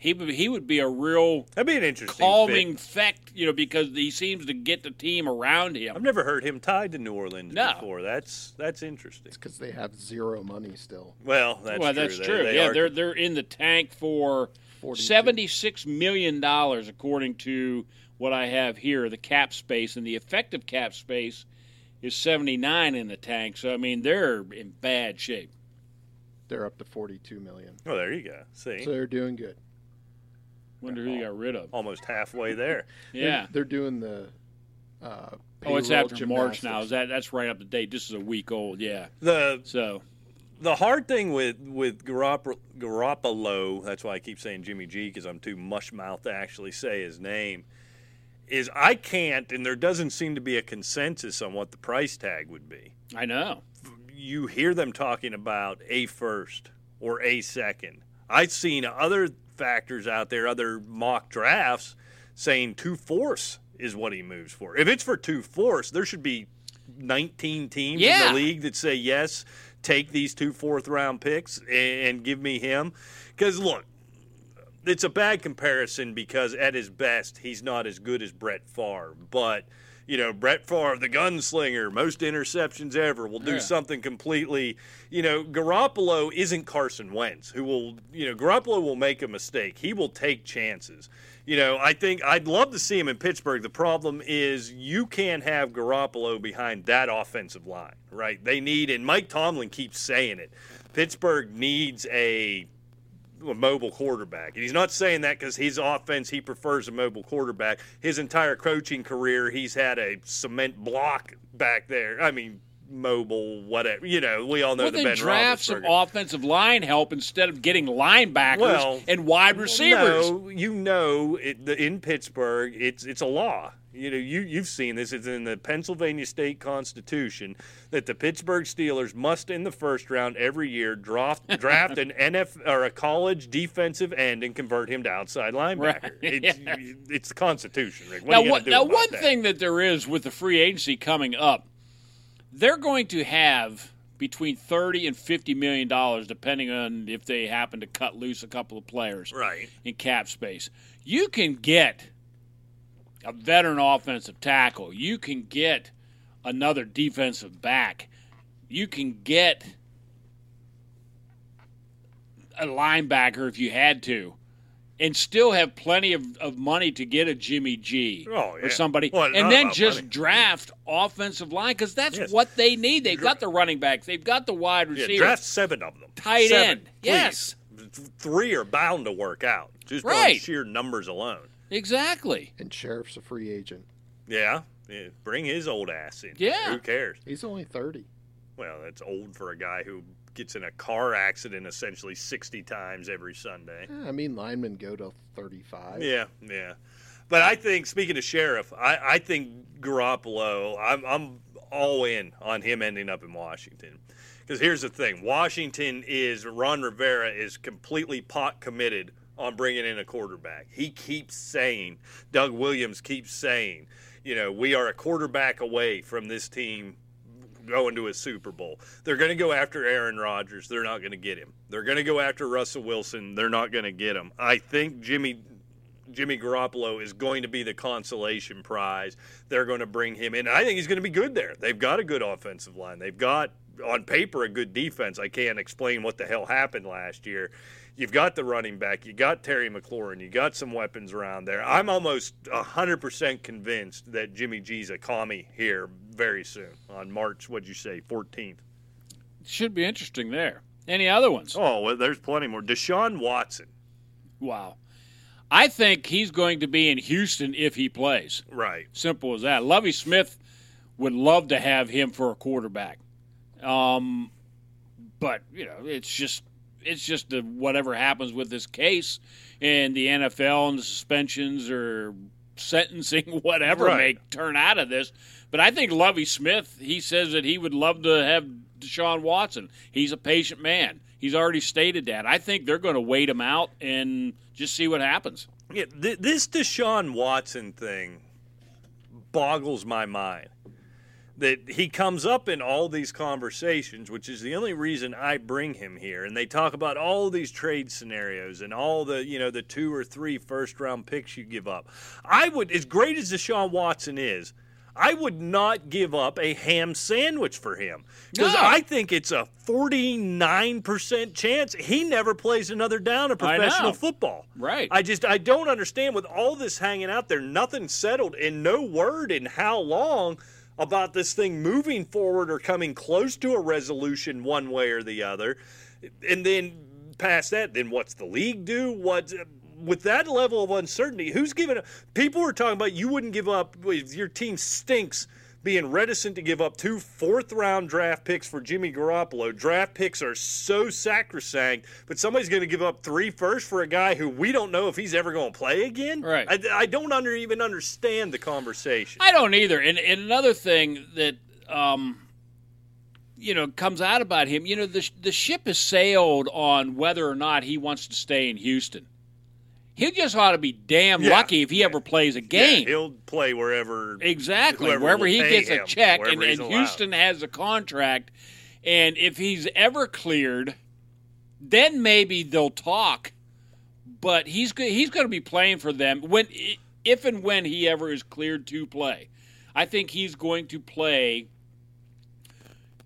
C: He would he would be a real
B: That'd be an interesting
C: calming
B: fit.
C: fact, you know, because he seems to get the team around
B: I've
C: him.
B: never heard him tied to New Orleans
C: No.
B: before. That's that's interesting.
E: It's because they have zero money still.
B: Well, that's
C: well,
B: true.
C: that's
B: They-
C: true.
B: they
C: yeah,
B: are-
C: they're they're in the tank for
E: 42.
C: seventy-six million dollars, according to what I have here. The cap space and the effective cap space is seventy-nine in the tank. So I mean, they're in bad shape.
E: They're up to forty-two million.
B: Oh, there you go. See,
E: So they're doing good.
C: Wonder who they got rid of.
B: almost halfway there.
E: They're-
C: Yeah.
E: They're, doing the. Uh,
C: Oh, it's
E: payroll
C: after March now.
E: gymnastics.
C: Is that that's right up to date? This is a week old. Yeah.
B: The
C: So
B: the hard thing with with Garopp- Garoppolo, that's why I keep saying Jimmy G because I'm too mush mouthed to actually say his name. Is I can't, and there doesn't seem to be a consensus on what the price tag would be.
C: I know.
B: You hear them talking about a first or a second. I've seen other factors out there, other mock drafts saying two fourths is what he moves for. If it's for two fourths, there should be 19 teams in
C: Yeah.
B: the league that say yes, take these two fourth round picks and, and give me him. Because look, it's a bad comparison because at his best, he's not as good as Brett Favre, but. You know, Brett Favre, the gunslinger, most interceptions ever, will do
C: Yeah.
B: something completely. You know, Garoppolo isn't Carson Wentz, who will, you know, Garoppolo will make a mistake. He will take chances. You know, I think I'd love to see him in Pittsburgh. The problem is you can't have Garoppolo behind that offensive line, right? They need, and Mike Tomlin keeps saying it. Pittsburgh needs a a mobile quarterback. And he's not saying that because his offense, he prefers a mobile quarterback. His entire coaching career, he's had a cement block back there. I mean, mobile, whatever. You know, we all know
C: well,
B: the
C: then
B: Ben
C: draft some
B: Roethlisberger.
C: offensive line help instead of getting linebackers
B: Well,
C: and wide receivers.
B: No, you know, it, the, in Pittsburgh, it's it's a law. You know, you you've seen this. It's in the Pennsylvania State Constitution that the Pittsburgh Steelers must, in the first round every year, draft draft an NF or a college defensive end and convert him to outside linebacker.
C: Right.
B: It's it's the Constitution, Rick. What
C: now,
B: are you
C: what,
B: gonna do
C: now
B: about
C: one
B: that?
C: thing that there is with the free agency coming up, they're going to have between thirty and fifty million dollars, depending on if they happen to cut loose a couple of players
B: right?
C: in cap space. You can get a veteran offensive tackle. You can get another defensive back. You can get a linebacker if you had to, and still have plenty of, of money to get a Jimmy G
B: Oh, yeah.
C: or somebody,
B: Well, not
C: and then
B: about
C: just
B: money.
C: draft offensive line because that's
B: Yes.
C: what they need. They've got the running backs, they've got the wide
B: Yeah,
C: receivers.
B: draft seven of them.
C: Tight
B: Seven,
C: end.
B: please.
C: Yes.
B: Th- three are bound to work out just by
C: Right.
B: sheer numbers alone.
C: Exactly.
E: And sheriff's a free agent.
B: Yeah. yeah. Bring his old ass in.
C: Yeah.
B: Who cares?
E: He's only thirty.
B: Well, that's old for a guy who gets in a car accident essentially 60 times every Sunday.
E: Eh, I mean, linemen go to thirty-five.
B: Yeah, yeah. But I think, speaking of Sheriff, I, I think Garoppolo, I'm, I'm all in on him ending up in Washington. Because here's the thing Washington is, Ron Rivera is completely pot committed on bringing in a quarterback. He keeps saying, Doug Williams keeps saying, you know, we are a quarterback away from this team going to a Super Bowl. They're going to go after Aaron Rodgers. They're not going to get him. They're going to go after Russell Wilson. They're not going to get him. I think Jimmy Jimmy Garoppolo is going to be the consolation prize. They're going to bring him in. I think he's going to be good there. They've got a good offensive line. They've got on paper a good defense. I can't explain what the hell happened last year. You've got the running back. You got Terry McLaurin. You got some weapons around there. I'm almost 100% convinced that Jimmy G's a commie here very soon on March, what'd you say, 14th?
C: Should be interesting there. Any other ones?
B: Oh, well, there's plenty more. Deshaun Watson.
C: Wow. I think he's going to be in Houston if he plays.
B: Right.
C: Simple as that. Lovey Smith would love to have him for a quarterback. Um, but you know, it's just it's just the, whatever happens with this case and the NFL and the suspensions or sentencing, whatever
B: Right.
C: may turn out of this. But I think Lovey Smith, he says that he would love to have Deshaun Watson. He's a patient man. He's already stated that. I think they're going to wait him out and just see what happens.
B: Yeah, th- this Deshaun Watson thing boggles my mind. That he comes up in all these conversations, which is the only reason I bring him here. And they talk about all these trade scenarios and all the, you know, the two or three first round picks you give up. I would, as great as Deshaun Watson is, I would not give up a ham sandwich for him because
C: No.
B: I think it's a 49% chance he never plays another down of
C: I know.
B: professional football.
C: Right.
B: I just I don't understand with all this hanging out there, nothing settled and no word in how long about this thing moving forward or coming close to a resolution one way or the other. And then past that, then what's the league do? What with that level of uncertainty, who's giving up? People were talking about you wouldn't give up if your team stinks being reticent to give up two fourth round draft picks for Jimmy Garoppolo. Draft picks are so sacrosanct, but somebody's going to give up three first for a guy who we don't know if he's ever going to play again.
C: Right.
B: I, I don't under, even understand the conversation.
C: I don't either. And, and another thing that um, you know comes out about him, you know, the sh- the ship has sailed on whether or not he wants to stay in Houston. He just ought to be damn
B: Yeah.
C: lucky if he ever plays a game.
B: Yeah, he'll play wherever.
C: Exactly.
B: whoever
C: wherever
B: will
C: he
B: pay
C: gets
B: him,
C: a check,
B: wherever
C: and,
B: he's
C: and
B: allowed.
C: Houston has a contract, and if he's ever cleared, then maybe they'll talk. But he's go- he's going to be playing for them when if and when he ever is cleared to play. I think he's going to play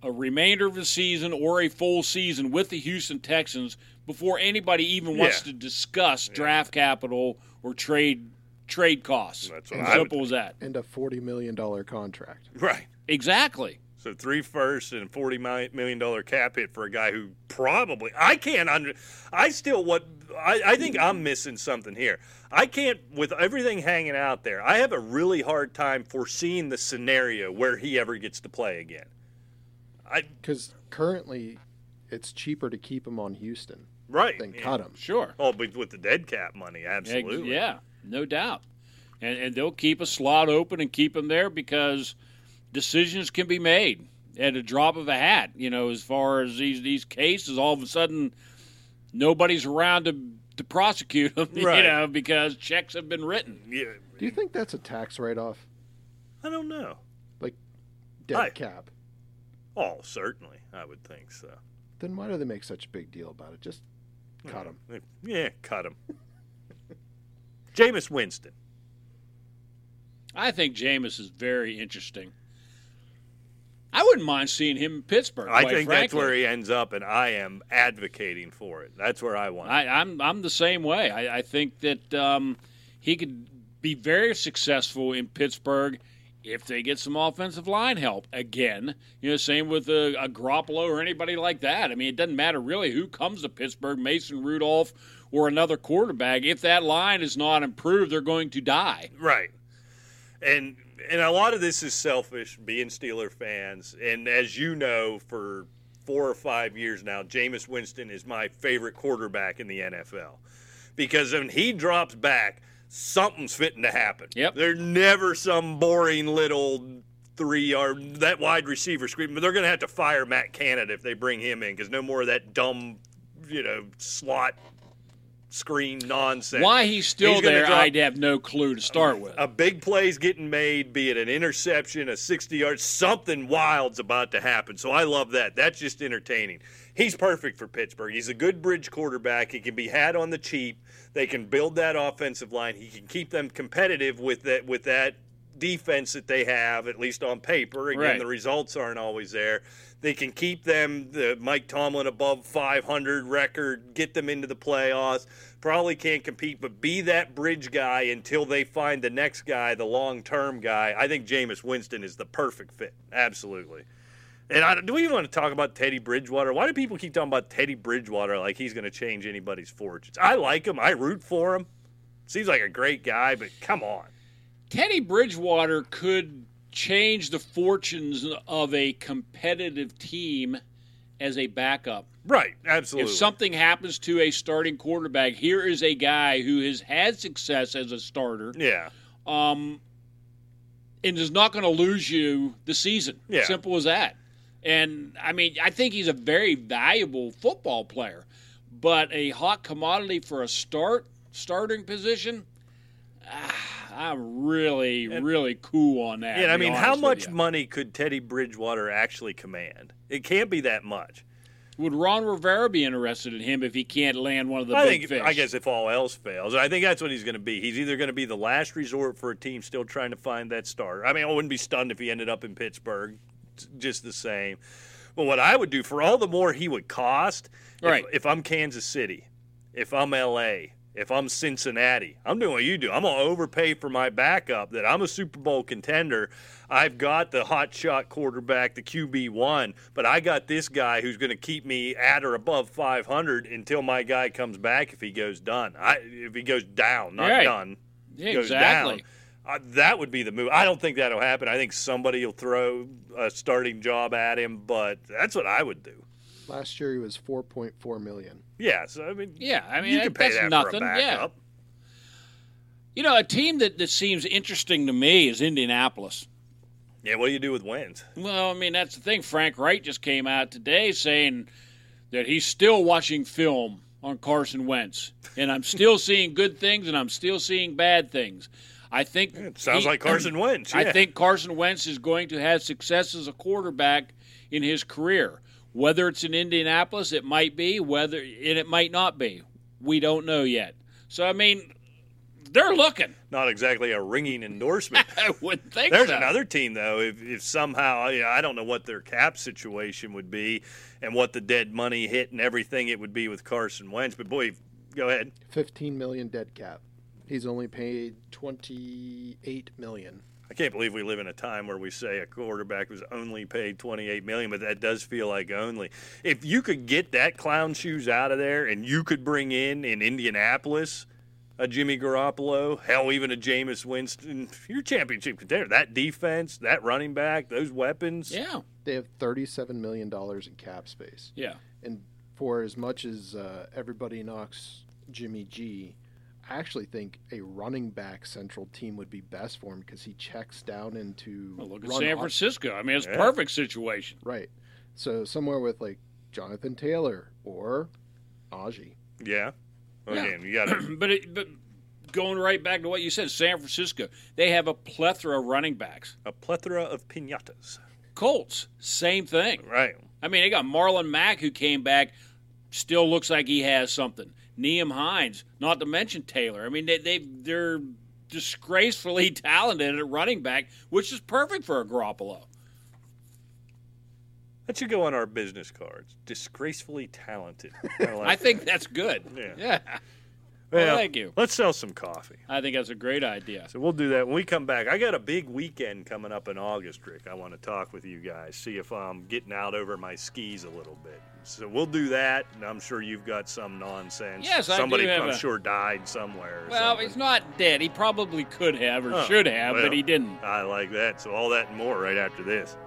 C: a remainder of the season or a full season with the Houston Texans before anybody even wants
B: Yeah.
C: to discuss draft capital or trade trade costs.
B: That's what I would
C: Simple as that.
E: And a forty million dollar contract.
B: Right.
C: Exactly.
B: So three firsts and a forty million dollar cap hit for a guy who probably I can't under I still what I, I think I'm missing something here. I can't with everything hanging out there. I have a really hard time foreseeing the scenario where he ever gets to play again. I
E: Because currently, it's cheaper to keep him on Houston
B: right.
E: than
B: yeah.
E: cut him.
C: Sure.
B: Oh, but with the dead cap money, absolutely.
C: Yeah, no doubt. And, and they'll keep a slot open and keep him there because decisions can be made at a drop of a hat. You know, as far as these these cases, all of a sudden nobody's around to to prosecute them.
B: Right.
C: You know, because checks have been written.
B: Yeah.
E: Do you think that's a tax write off?
B: I don't know.
E: Dead
B: Aye.
E: cap.
B: Oh, certainly, I would think so.
E: Then why do they make such a big deal about it? Just cut him.
B: Yeah, cut him. Jameis Winston.
C: I think Jameis is very interesting. I wouldn't mind seeing him in Pittsburgh.
B: I
C: quite
B: think that's
C: frankly.
B: where he ends up, and I am advocating for it. That's where I want. him.
C: I, I'm I'm the same way. I, I think that um, he could be very successful in Pittsburgh if they get some offensive line help again. You know, same with a, a Garoppolo or anybody like that. I mean, it doesn't matter really who comes to Pittsburgh, Mason Rudolph or another quarterback. If that line is not improved, they're going to die.
B: right. And and a lot of this is selfish, being Steeler fans. And as you know, for four or five years now, Jameis Winston is my favorite quarterback in the NFL because when he drops back, something's fitting to happen.
C: Yep.
B: There's never some boring little three yard that wide receiver screen. But they're going to have to fire Matt Canada if they bring him in because no more of that dumb, you know, slot screen nonsense.
C: Why he's still
B: He's gonna
C: there,
B: drop-
C: I'd have no clue to start with.
B: A big play's getting made, be it an interception, a 60 yard, something wild's about to happen. So I love that. That's just entertaining. He's perfect for Pittsburgh. He's a good bridge quarterback. He can be had on the cheap. They can build that offensive line. He can keep them competitive with that with that defense that they have, at least on paper. Again,
C: Right.
B: the results aren't always there. They can keep them, the Mike Tomlin above 500 record, get them into the playoffs. Probably can't compete, but be that bridge guy until they find the next guy, the long term guy. I think Jameis Winston is the perfect fit. Absolutely. And I, do we even want to talk about Teddy Bridgewater? Why do people keep talking about Teddy Bridgewater like he's going to change anybody's fortunes? I like him. I root for him. Seems like a great guy, but come on.
C: Teddy Bridgewater could change the fortunes of a competitive team as a backup.
B: Right. Absolutely.
C: If something happens to a starting quarterback, here is a guy who has had success as a starter
B: yeah.
C: um, and is not going to lose you the season.
B: Yeah.
C: Simple as that. And I mean, I think he's a very valuable football player, but a hot commodity for a start starting position. ah, I'm really, really cool on that.
B: Yeah,
C: to
B: I
C: be
B: mean, how
C: honest with
B: much
C: you.
B: money could Teddy Bridgewater actually command? It can't be that much.
C: would Ron Rivera be interested in him if he can't land one of the
B: I
C: big
B: think,
C: fish?
B: I guess, if all else fails, I think that's what he's going to be. He's either going to be the last resort for a team still trying to find that starter. I mean, I wouldn't be stunned if he ended up in Pittsburgh, t- just the same. But what I would do for all the more he would cost, if-
C: Right.
B: if I'm Kansas City, if I'm LA, if I'm Cincinnati, I'm doing what you do. I'm gonna overpay for my backup. That I'm a Super Bowl contender. I've got the hot shot quarterback, the QB one, but I got this guy who's gonna keep me at or above 500 until my guy comes back. If he goes done, I, if he goes down, not
C: Right.
B: done,
C: Yeah,
B: goes
C: exactly.
B: down. Uh, that would be the move. I don't think that'll happen. I think somebody will throw a starting job at him, but that's what I would do.
E: Last year he was 4.4 million.
B: Yeah, so I mean,
C: Yeah, I mean,
B: you
C: that-
B: could pay
C: that's
B: that
C: nothing.
B: for a
C: yeah,
B: backup.
C: you know, a team that, that seems interesting to me is Indianapolis.
B: Yeah, what do you do with wins?
C: Well, I mean, that's the thing. Frank Wright just came out today saying that he's still watching film on Carson Wentz, and I'm still seeing good things, and I'm still seeing bad things. I think
B: It sounds
C: he-
B: like Carson Wentz.
C: I
B: yeah.
C: think Carson Wentz is going to have success as a quarterback in his career. Whether it's in Indianapolis, it might be. Whether and it might not be, we don't know yet. So I mean, they're looking.
B: not exactly a ringing endorsement.
C: I would think
B: There's
C: so.
B: another team though. If, if somehow you know, I don't know what their cap situation would be and what the dead money hit and everything it would be with Carson Wentz. But boy, go ahead.
E: 15 million dead cap. He's only paid 28 million.
B: I can't believe we live in a time where we say a quarterback was only paid 28 million, but that does feel like only. If you could get that clown shoes out of there and you could bring in in Indianapolis a Jimmy Garoppolo, hell, even a Jameis Winston, your championship contender. That defense, that running back, those weapons.
C: Yeah,
E: They have 37 million dollars in cap space.
C: yeah.
E: and for as much as uh, everybody knocks Jimmy G, I actually think a running back central team would be best for him because he checks down into
C: Well, Oh, look at
E: run
C: San
E: off-
C: Francisco. I mean, it's
B: Yeah.
C: perfect situation.
E: right. So somewhere with like Jonathan Taylor or Najee.
B: Yeah. Oh,
C: Yeah.
B: damn, you got to.
C: but it, but going right back to what you said, San Francisco, they have a plethora of running backs.
B: A plethora of pinatas.
C: Colts, same thing.
B: Right.
C: I mean, they got Marlon Mack who came back, still looks like he has something. Neam Hines, not to mention Taylor. I mean, they, they they're disgracefully talented at running back, which is perfect for a Garoppolo.
B: That should go on our business cards. Disgracefully talented. I, like
C: I think that's good.
B: Yeah.
C: Well,
B: Well,
C: thank you.
B: Let's sell some coffee.
C: I think that's a great idea.
B: So we'll do that when we come back. I got a big weekend coming up in August, Rick. I want to talk with you guys, see if I'm getting out over my skis a little bit. So we'll do that, and I'm sure you've got some nonsense.
C: Yes, I do
B: Somebody
C: have
B: I'm
C: a-
B: sure died somewhere. Or
C: Well,
B: something.
C: he's not dead. He probably could have or
B: Oh,
C: should have,
B: well.
C: but he didn't.
B: I like that. So all that and more right after this.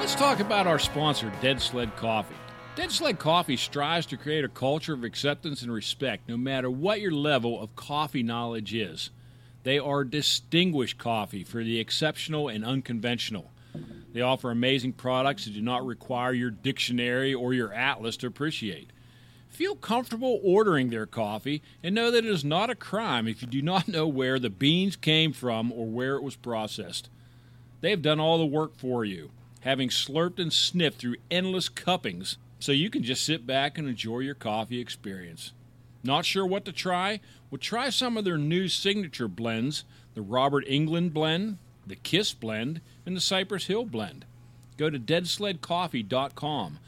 C: Let's talk about our sponsor, Dead Sled Coffee.
F: Dead Sled Coffee strives to create a culture of acceptance and respect, no matter what your level of coffee knowledge is. They are distinguished coffee for the exceptional and unconventional. They offer amazing products that do not require your dictionary or your atlas to appreciate. Feel comfortable ordering their coffee and know that it is not a crime if you do not know where the beans came from or where it was processed. They have done all the work for you, having slurped and sniffed through endless cuppings so you can just sit back and enjoy your coffee experience. Not sure what to try? Well, try some of their new signature blends the Robert England blend, the Kiss blend, and the Cypress Hill blend. Go to deadsledcoffee.com.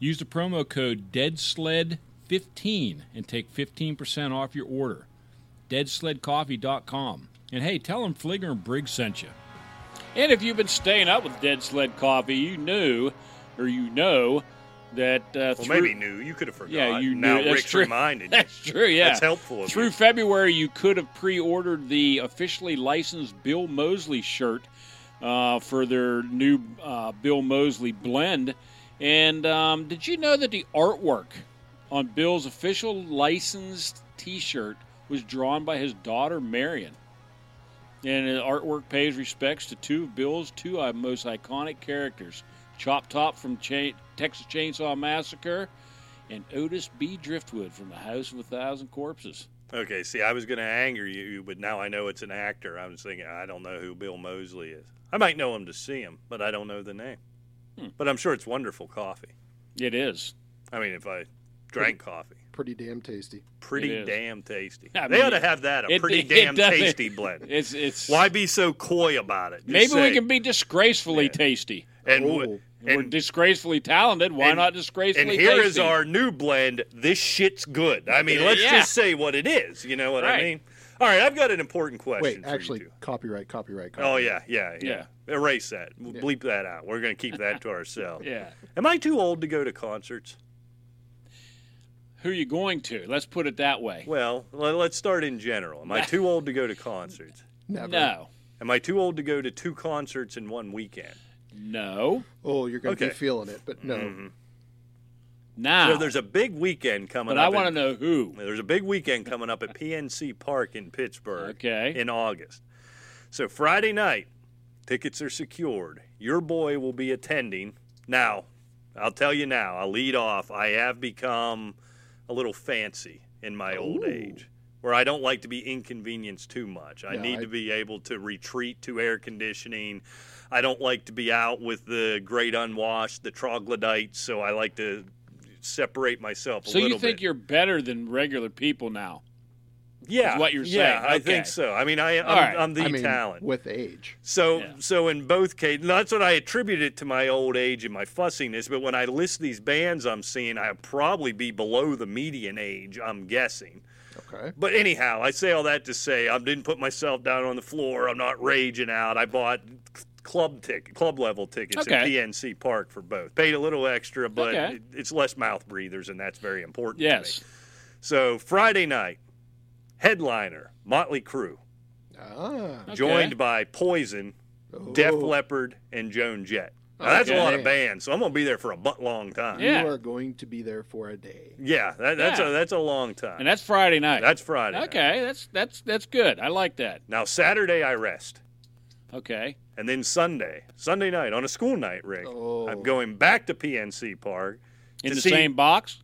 F: Use the promo code DEADSLED15 and take 15% off your order. DeadSledCoffee.com. And hey, tell them Fligger and Briggs sent you.
C: And if you've been staying up with Dead Sled Coffee, you knew, or you know, that uh,
B: Well,
C: through-
B: maybe knew. You could have forgot.
C: Yeah, you
B: now
C: knew. That's
B: Rick's
C: true.
B: reminded you.
C: That's true. Yeah,
B: That's helpful of
C: Through
B: you.
C: February, you could have pre-ordered the officially licensed Bill Mosley shirt uh, for their new uh, Bill Mosley blend. And um, did you know that the artwork on Bill's official licensed T-shirt was drawn by his daughter Marion? And the artwork pays respects to two of Bill's two uh, most iconic characters, Chop Top from Cha- Texas Chainsaw Massacre and Otis B. Driftwood from The House of a Thousand Corpses.
B: Okay, see, I was going to anger you, but now I know it's an actor. I was thinking, I don't know who Bill Mosley is. I might know him to see him, but I don't know the name.
C: Hmm.
B: But I'm sure it's wonderful coffee.
C: It is.
B: I mean, if I drank coffee,
E: Pretty damn tasty.
B: pretty
C: is.
B: damn tasty.
C: I
B: they
C: mean,
B: ought to have that a
C: it-
B: pretty
C: it
B: damn
C: doesn't-
B: tasty blend.
C: It's it's.
B: Why be so coy about it? Just
C: Maybe
B: say,
C: we can be disgracefully
B: Yeah.
C: tasty.
B: And,
E: Oh.
B: w-
C: We're
B: and,
C: disgracefully talented. Why
B: and-
C: not disgracefully
B: and here
C: tasty?
B: is our new blend. This shit's good. I mean, let's
C: Yeah.
B: just say what it is. You know what I
C: Right.
B: mean? All right, I've got an important question.
E: Wait,
B: for you
E: actually,
B: two.
E: copyright, copyright, copyright.
B: Oh yeah, yeah, yeah. Erase that. We'll Bleep that out. We're gonna keep that to ourselves.
C: Yeah.
B: Am I too old to go to concerts?
C: Who you going to? Let's put it that way.
B: Well, le- let's start in general. Am I too old to go to concerts?
E: Never.
C: No,
B: Am I too old to go to two concerts in one weekend?
C: no,
E: Oh, you're going to
B: Okay. Mm-hmm.
E: be feeling it, but no.
C: now.
B: So there's a big weekend coming
C: but
B: up.
C: I want to
B: in-
C: know who.
B: There's a big weekend coming up at PNC Park in Pittsburgh
C: Okay.
B: in August. So Friday night, tickets are secured. Your boy will be attending. Now, I'll tell you now, I'll lead off. I have become a little fancy in my old age where I don't like to be inconvenienced too much. I
E: No,
B: need
E: I-
B: to be able to retreat to air conditioning. I don't like to be out with the great unwashed, the troglodytes, so I like to separate myself a
C: So
B: little
C: you think
B: bit.
C: you're better than regular people now?
B: Yeah,
C: is what you're
B: yeah,
C: saying.
B: I
C: Okay.
B: think so. I mean, I, I'm,
C: All right.
B: I'm the
E: I mean,
B: talent.
E: with age.
B: so,
C: Yeah.
B: so in both cases, that's what I attribute it to my old age and my fussiness. But when I list these bands I'm seeing, I'll probably be below the median age. I'm guessing.
E: Okay.
B: But anyhow, I say all that to say I didn't put myself down on the floor. I'm not raging out. I bought club ticket, club level tickets
C: Okay.
B: at PNC Park for both. Paid a little extra, but
C: Okay.
B: it, it's less mouth breathers, and that's very important. to me.
C: Yes.
B: So Friday night, headliner Motley Crue,
E: Ah.
C: Okay.
B: joined by Poison, Def
E: Oh,
B: Leppard, and Joan Jett. Now, that's a
C: Okay.
B: lot of bands, so I'm gonna be there for a butt long time.
C: Oh, Yeah.
E: You are going to be there for a day.
B: Yeah, that, that's
C: Yeah.
B: a that's a long time.
C: And that's Friday night.
B: that's Friday. night.
C: okay. That's that's that's good. I like that.
B: Now Saturday I rest,
C: Okay.
B: and then Sunday, Sunday night on a school night, Rick.
E: Oh.
B: I'm going back to PNC Park
C: In
B: To
C: the
B: see-
C: same box.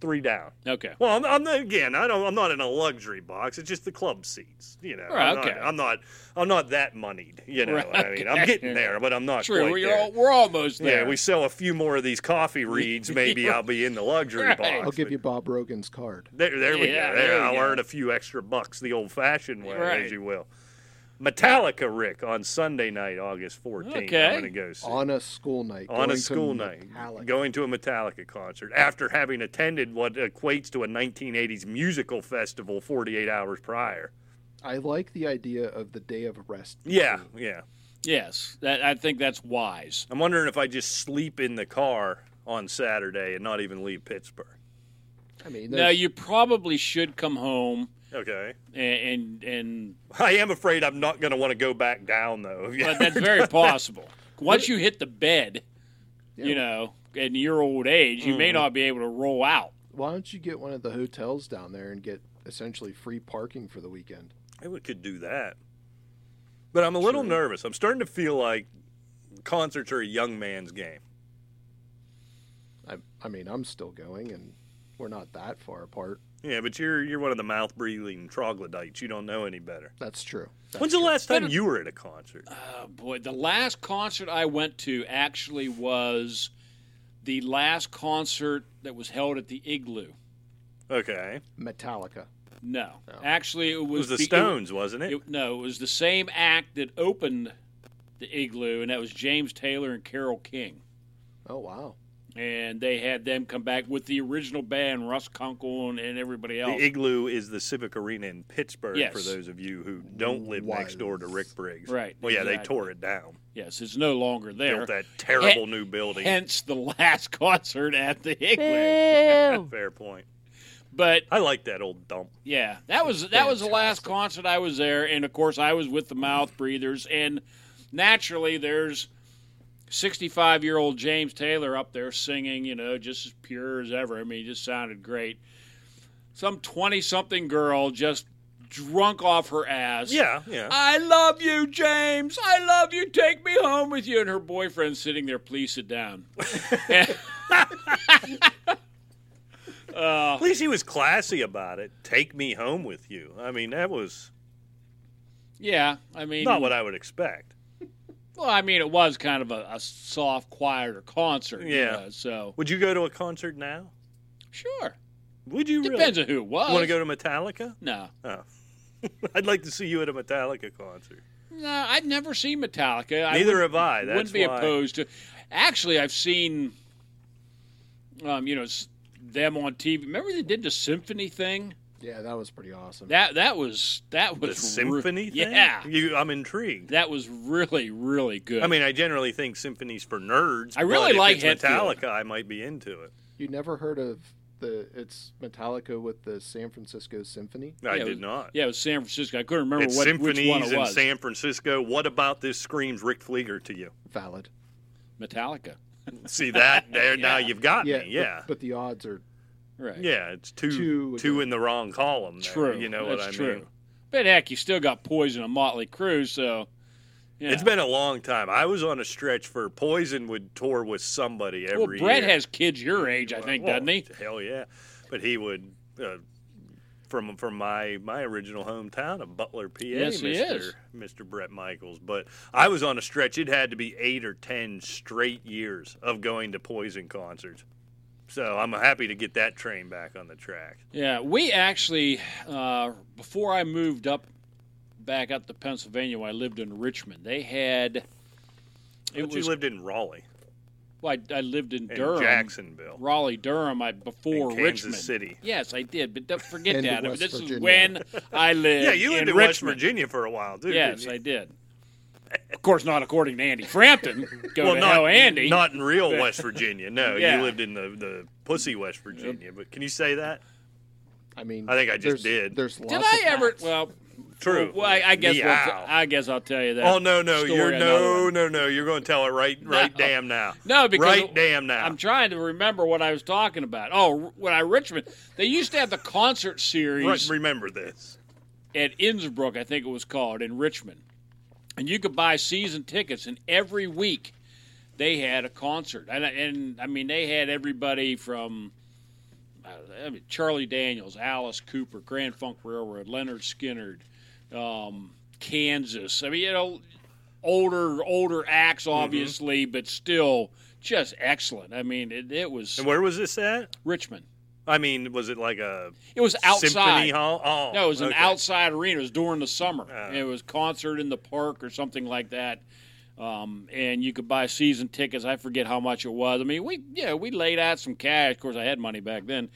B: three down.
C: Okay.
B: Well, I'm, I'm not- again. I don't. I'm not in a luxury box. It's just the club seats. You know.
C: Right,
B: I'm,
C: okay.
B: not, I'm not. I'm not that moneyed. You know.
C: Right,
B: I mean,
C: okay.
B: I'm getting there, but I'm not
C: True.
B: quite
C: We're,
B: there.
C: all, we're almost there.
B: Yeah, we sell a few more of these coffee reads. Maybe I'll be in the luxury
C: Right.
B: box.
E: I'll give
B: but
E: you Bob Rogan's card.
B: There, there we
C: Yeah,
B: go. There,
C: there you
B: I'll
C: go.
B: earn a few extra bucks the old-fashioned way,
C: Right.
B: as you will. Metallica, Rick, on Sunday night, August 14th.
C: Okay.
B: I'm going to go see.
E: On a school night.
B: on a
E: going to
B: school night,
E: Metallica.
B: going to a Metallica concert after having attended what equates to a 1980s musical festival 48 hours prior.
E: I like the idea of the day of rest.
B: Yeah, yeah.
C: Yes, that, I think that's wise.
B: I'm wondering if I just sleep in the car on Saturday and not even leave Pittsburgh.
E: I mean,
C: Now
E: there's-
C: you probably should come home
B: Okay.
C: and and, and
B: I am afraid I'm not going to want to go back down though.
C: but that's very possible. Once you hit the bed,
E: Yeah.
C: you know, in your old age, you
B: Mm-hmm.
C: may not be able to roll out.
E: Why don't you get one of the hotels down there and get essentially free parking for the weekend?
B: Maybe we could do that. But I'm a little nervous. I'm starting to feel like concerts are a young man's game.
E: I, I mean, I'm still going, and we're not that far apart.
B: Yeah, but you're you're one of the mouth breathing troglodytes. You don't know any better.
E: That's true.
B: When's the last time
C: But-
B: you were at a concert?
C: Oh, boy, the last concert I went to actually was the last concert that was held at the Igloo.
B: Okay,
E: Metallica.
C: No,
E: No.
C: actually, it
B: Oh. it
C: was,
B: was the
C: be-
B: Stones, wasn't it?
C: it- no, it was the same act that opened the Igloo, and that was James Taylor and Carol King.
E: Oh wow.
C: And they had them come back with the original band, Russ Kunkel and, and everybody else.
B: The Igloo is the Civic Arena in Pittsburgh. For
C: Yes.
B: those of you who don't live next door to Rick Briggs,
C: Right,
B: Well, yeah, they
C: exactly.
B: tore it down,
C: yes, it's no longer there.
B: built that terrible new building.
C: Hence the last concert at the Igloo.
B: Fair point.
C: But
B: I like that old dump.
C: Yeah, that was that was the last concert I was there, and of course I was with the Mouth Breathers, and naturally there's sixty-five year old James Taylor up there singing, you know, just as pure as ever. I mean, he just sounded great. Some twenty-something girl just drunk off her ass.
B: Yeah, yeah.
C: I love you, James. I love you. Take me home with you. And her boyfriend's sitting there. Please sit down.
B: At least he was classy about it. Take me home with you. I mean, that was
C: yeah, I mean,
B: not what I would expect.
C: Well, I mean, it was kind of a, a soft, quieter concert. you
B: Yeah.
C: know, so
B: Would you go to a concert now?
C: sure,
B: Would you
C: depends
B: really?
C: on who it was.
B: Want to go to Metallica?
C: No,
B: Oh. I'd like to see you at a Metallica concert.
C: no, I've never seen Metallica.
B: Neither
C: I
B: have I.
C: wouldn't-
B: That's
C: wouldn't be
B: why.
C: opposed to. Actually, I've seen, um, you know, s- them on TV. Remember they did the symphony thing?
E: Yeah, that was pretty awesome.
C: That that was that
B: The
C: was re-
B: symphony thing?
C: Yeah,
B: You, I'm intrigued.
C: that was really really good.
B: I mean, I generally think symphonies for nerds.
C: I really
B: but if
C: like
B: it's
C: Hetfield.
B: Metallica. I might be into it.
E: you never heard of the? It's Metallica with the San Francisco Symphony.
B: I
C: Yeah, it
B: did
C: was-
B: not.
C: Yeah, it was San Francisco. I couldn't remember
B: it's
C: what which one
B: symphonies
C: it
B: in
C: was.
B: San Francisco. What about this screams Rick Flieger to you?
E: Valid.
C: Metallica,
B: See that there? Now
C: Yeah.
B: you've got
E: Yeah.
B: me.
E: but-
B: Yeah.
E: But, the odds are
C: right?
B: Yeah, it's two two
E: Two again.
B: in the wrong column. there,
C: True.
B: you know
C: That's
B: what I
C: true.
B: mean.
C: But heck, you still got Poison and Motley Crue, so you
B: It's
C: know.
B: been a long time. I was on a stretch for Poison would tour with somebody
C: well.
B: every
C: Brett
B: year.
C: has kids your age, I think,
B: Well,
C: doesn't he?
B: Hell yeah, but he would uh, from from my my original hometown of Butler, PA.
C: Yes,
B: Mr.
C: he is.
B: Mr. Brett Michaels. But I was on a stretch. It had to be eight or ten straight years of going to Poison concerts. So I'm happy to get that train back on the track.
C: Yeah, we actually uh, before I moved up back up to Pennsylvania, when I lived in Richmond. They had
B: But
C: it
B: you
C: was
B: lived in Raleigh,
C: well, I, I lived in
B: in
C: Durham,
B: Jacksonville.
C: Raleigh, Durham. I before
B: In Kansas
C: Richmond
B: City.
C: Yes, I did, but don't forget
E: And
C: that. I mean,
E: West
C: this is
E: Virginia.
C: when I lived.
B: Yeah, you lived in, West
C: Richmond.
B: Virginia for a while, too.
C: Yes,
B: didn't
C: I
B: you?
C: did. Of course, not according to Andy Frampton. Go
B: well,
C: to
B: not
C: hell, Andy.
B: Not in real West Virginia. No,
C: Yeah.
B: you lived in the, the pussy West Virginia. But can you say that?
E: I mean,
B: I think I just
E: there's,
B: did.
E: There's
C: Did
E: lots
C: I
E: of
C: ever?
E: acts.
C: Well,
B: True.
C: Well, I, I guess we'll-
B: Oh, Meow.
C: I guess I'll tell you that.
B: oh no no
C: story
B: you're
C: another
B: no
C: one.
B: no no you're going to tell it right right damn now.
C: No, because
B: right damn now.
C: I'm trying to remember what I was talking about. Oh, when I Richmond, they used to have the concert
B: Right,
C: series
B: remember this.
C: at Innsbruck, I think it was called in Richmond, and you could buy season tickets, and every week they had a concert, and and I mean they had everybody from. I mean, Charlie Daniels, Alice Cooper, Grand Funk Railroad, Leonard Skinner, um, Kansas. I mean, you know, older older acts, obviously, but still just excellent. I mean, it, it was
B: And where was this at?
C: Richmond.
B: I mean, was it like a
C: It was outside.
B: symphony hall? Oh,
C: No, it was an
B: okay.
C: outside arena. It was during the summer.
B: Oh.
C: It was concert in the park or something like that. Um, and you could buy season tickets. I forget how much it was. I mean, we yeah, we laid out some cash. Of course, I had money back then,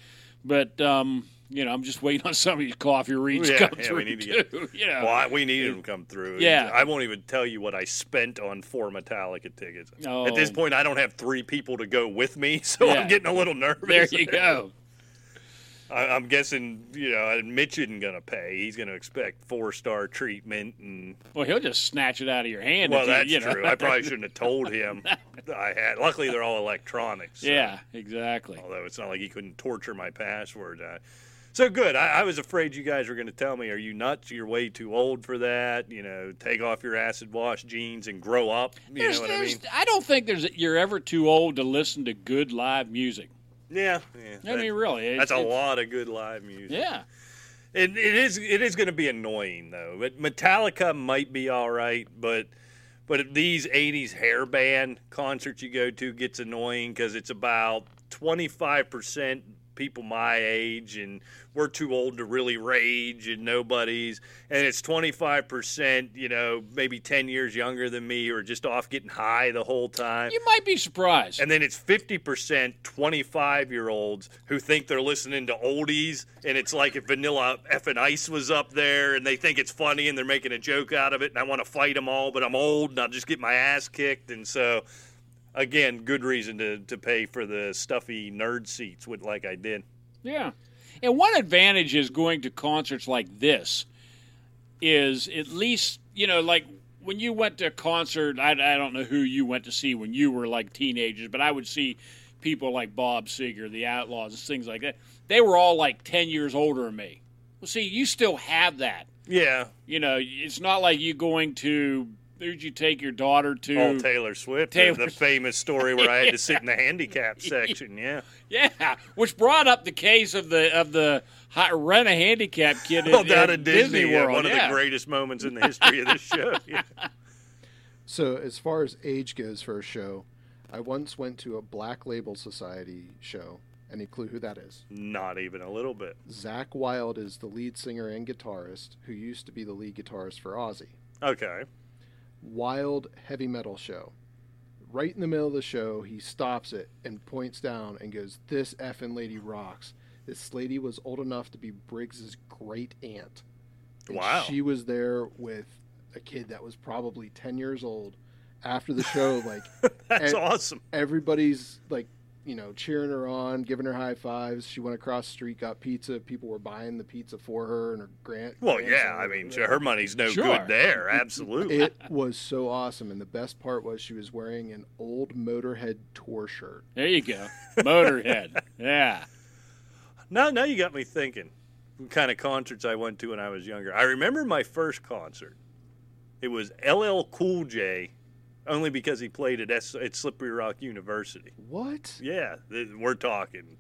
C: but um, you know, I'm just waiting on some of these coffee reads
B: Yeah,
C: to come
B: yeah, we
C: through.
B: need to get-
C: too, you know.
B: Well, I- we needed them to come through.
C: Oh, Yeah.
B: I won't even tell you what I spent on four Metallica tickets.
C: Oh.
B: At this point, I don't have three people to go with me, so
C: Yeah.
B: I'm getting a little nervous.
C: There you go.
B: I, I'm guessing, you know, Mitch isn't going to pay. He's going to expect four star treatment. And
C: Well, he'll just snatch it out of your hand.
B: well,
C: if
B: that's
C: you, you know.
B: true. I probably shouldn't have told him. I had. Luckily, they're all electronics. so- Oh,
C: yeah, exactly.
B: Although it's not like he couldn't torture my password. Uh, so good. I, I was afraid you guys were going to tell me, "Are you nuts? You're way too old for that." You know, take off your acid wash jeans and grow up. You
C: There's-
B: know what I
C: there's-
B: mean?
C: I don't think there's you're ever too old to listen to good live music.
B: Yeah. yeah
C: I mean, really, it's-
B: that's a
C: it's-
B: lot of good live music.
C: Yeah,
B: It, it is it is going to be annoying though. But Metallica might be all right, but but if these '80s hair band concerts you go to gets annoying because it's about 25 percent people my age and we're too old to really rage and nobody's and it's 25% you know maybe 10 years younger than me or just off getting high the whole time
C: you might be surprised.
B: and then it's 50% 25 year olds who think they're listening to oldies. And it's like if Vanilla F and Ice was up there and they think it's funny and they're making a joke out of it. And I want to fight them all, but I'm old and I'll just get my ass kicked. And so, again, good reason to, to pay for the stuffy nerd seats with like I did.
C: Yeah. And one advantage is going to concerts like this is at least, you know, like when you went to a concert, I, I don't know who you went to see when you were like teenagers, but I would see people like Bob Seger, the Outlaws, and things like that. They were all like 10 years older than me. Well, see, you still have that.
B: Yeah.
C: You know, it's not like you going to, who'd you take your daughter to?
B: All Taylor Swift.
C: Taylor-
B: The famous story where I had to sit in the handicap section. Yeah.
C: Yeah, which brought up the case of the of the hi- rent a handicap kid at,
B: Well, Oh, down
C: at
B: at Disney, yeah,
C: World.
B: one
C: yeah.
B: of the greatest moments in the history of this show. Yeah.
E: So, as far as age goes for a show, I once went to a Black Label Society show. Any clue who that is?
B: Not even a little bit.
E: Zach Wilde is the lead singer and guitarist who used to be the lead guitarist for Ozzy.
B: Okay.
E: Wild heavy metal show. Right in the middle of the show, he stops it and points down and goes, This effing lady rocks. This lady was old enough to be Briggs's great aunt. And
B: Wow.
E: She was there with a kid that was probably 10 years old after the show. Like,
B: That's
E: and-
B: awesome.
E: everybody's like you know cheering her on giving her high fives she went across the street got pizza people were buying the pizza for her and her grant
B: Well,
E: grandson
B: yeah, I
E: and
B: mean,
E: everything.
B: her money's no
C: Sure.
B: good there. Absolutely.
E: it was so awesome and the best part was she was wearing an old motorhead tour shirt
C: There you go, Motorhead. yeah,
B: now, now you got me thinking what kind of concerts I went to when I was younger. I remember my first concert. It was LL Cool J, only because he played at, S- at Slippery Rock University.
E: what
B: Yeah, th- we're talking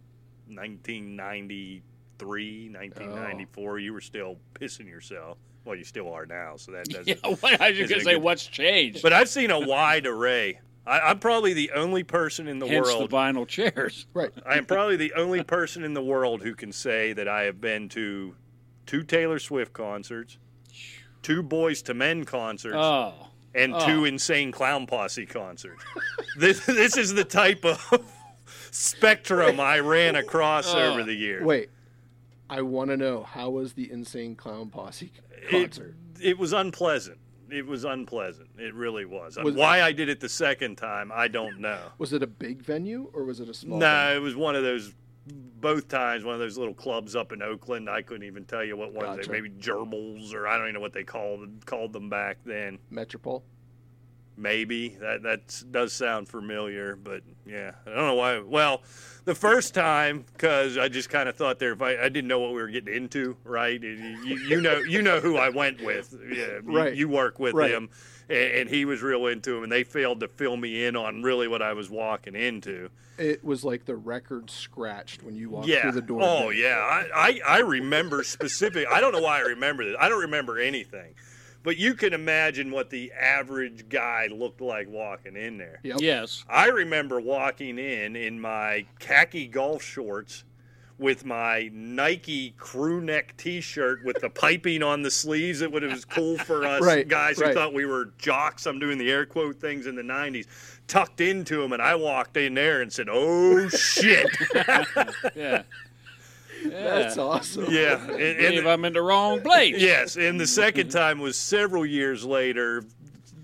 B: 1993,
E: Oh.
B: 1994. You were still pissing yourself. Well, you still are now, so that doesn't
C: yeah. What, I was
B: Is
C: just gonna
B: it
C: say,
B: good?
C: what's changed?
B: But I've seen a wide array. I, I'm probably the only person in the
C: Hence
B: world.
C: the vinyl chairs.
E: right
B: I am probably the only person in the world who can say that I have been to two Taylor Swift concerts, two Boys to Men concerts,
C: Oh,
B: and
C: oh.
B: two Insane Clown Posse concerts. this, this is the type of spectrum I ran across
C: Oh.
B: over the years.
E: wait i want to know how was the insane clown posse concert
B: It, it was unpleasant. It was unpleasant. It really was.
E: Was-
B: Why I did it the second time, I don't know.
E: was it a big venue or was it a small
B: No,
E: venue?
B: it was one of those. Both times, one of those little clubs up in Oakland. I couldn't even tell you what ones.
E: Gotcha.
B: They, maybe gerbils, or I don't even know what they called called them back then.
E: metropole
B: Maybe that that does sound familiar, but yeah, I don't know why. Well, the first time because I just kind of thought there. If I, I didn't know what we were getting into, right? And you, you know, you know who I went with. Yeah, you-
E: Right.
B: You, work with
E: Right.
B: him, and, and he was real into him, and they failed to fill me in on really what I was walking into.
E: it was like the record scratched when you walked
B: yeah.
E: through the door
B: Oh yeah, I, I, I remember specific. I don't know why I remember this. I don't remember anything, but you can imagine what the average guy looked like walking in there.
E: Yep.
C: yes.
B: I remember walking in in my khaki golf shorts with my Nike crew neck T-shirt with the piping on the sleeves. It would it was cool for us
E: Right,
B: guys who
E: right.
B: thought we were jocks. I'm doing the air quote things in the '90s. Tucked into them, and I walked in there and said, "Oh shit!"
C: Yeah. yeah.
E: that's awesome
B: yeah, and-
C: I
B: and-
C: believe I'm in the wrong place.
B: Yes, and the second time was several years later.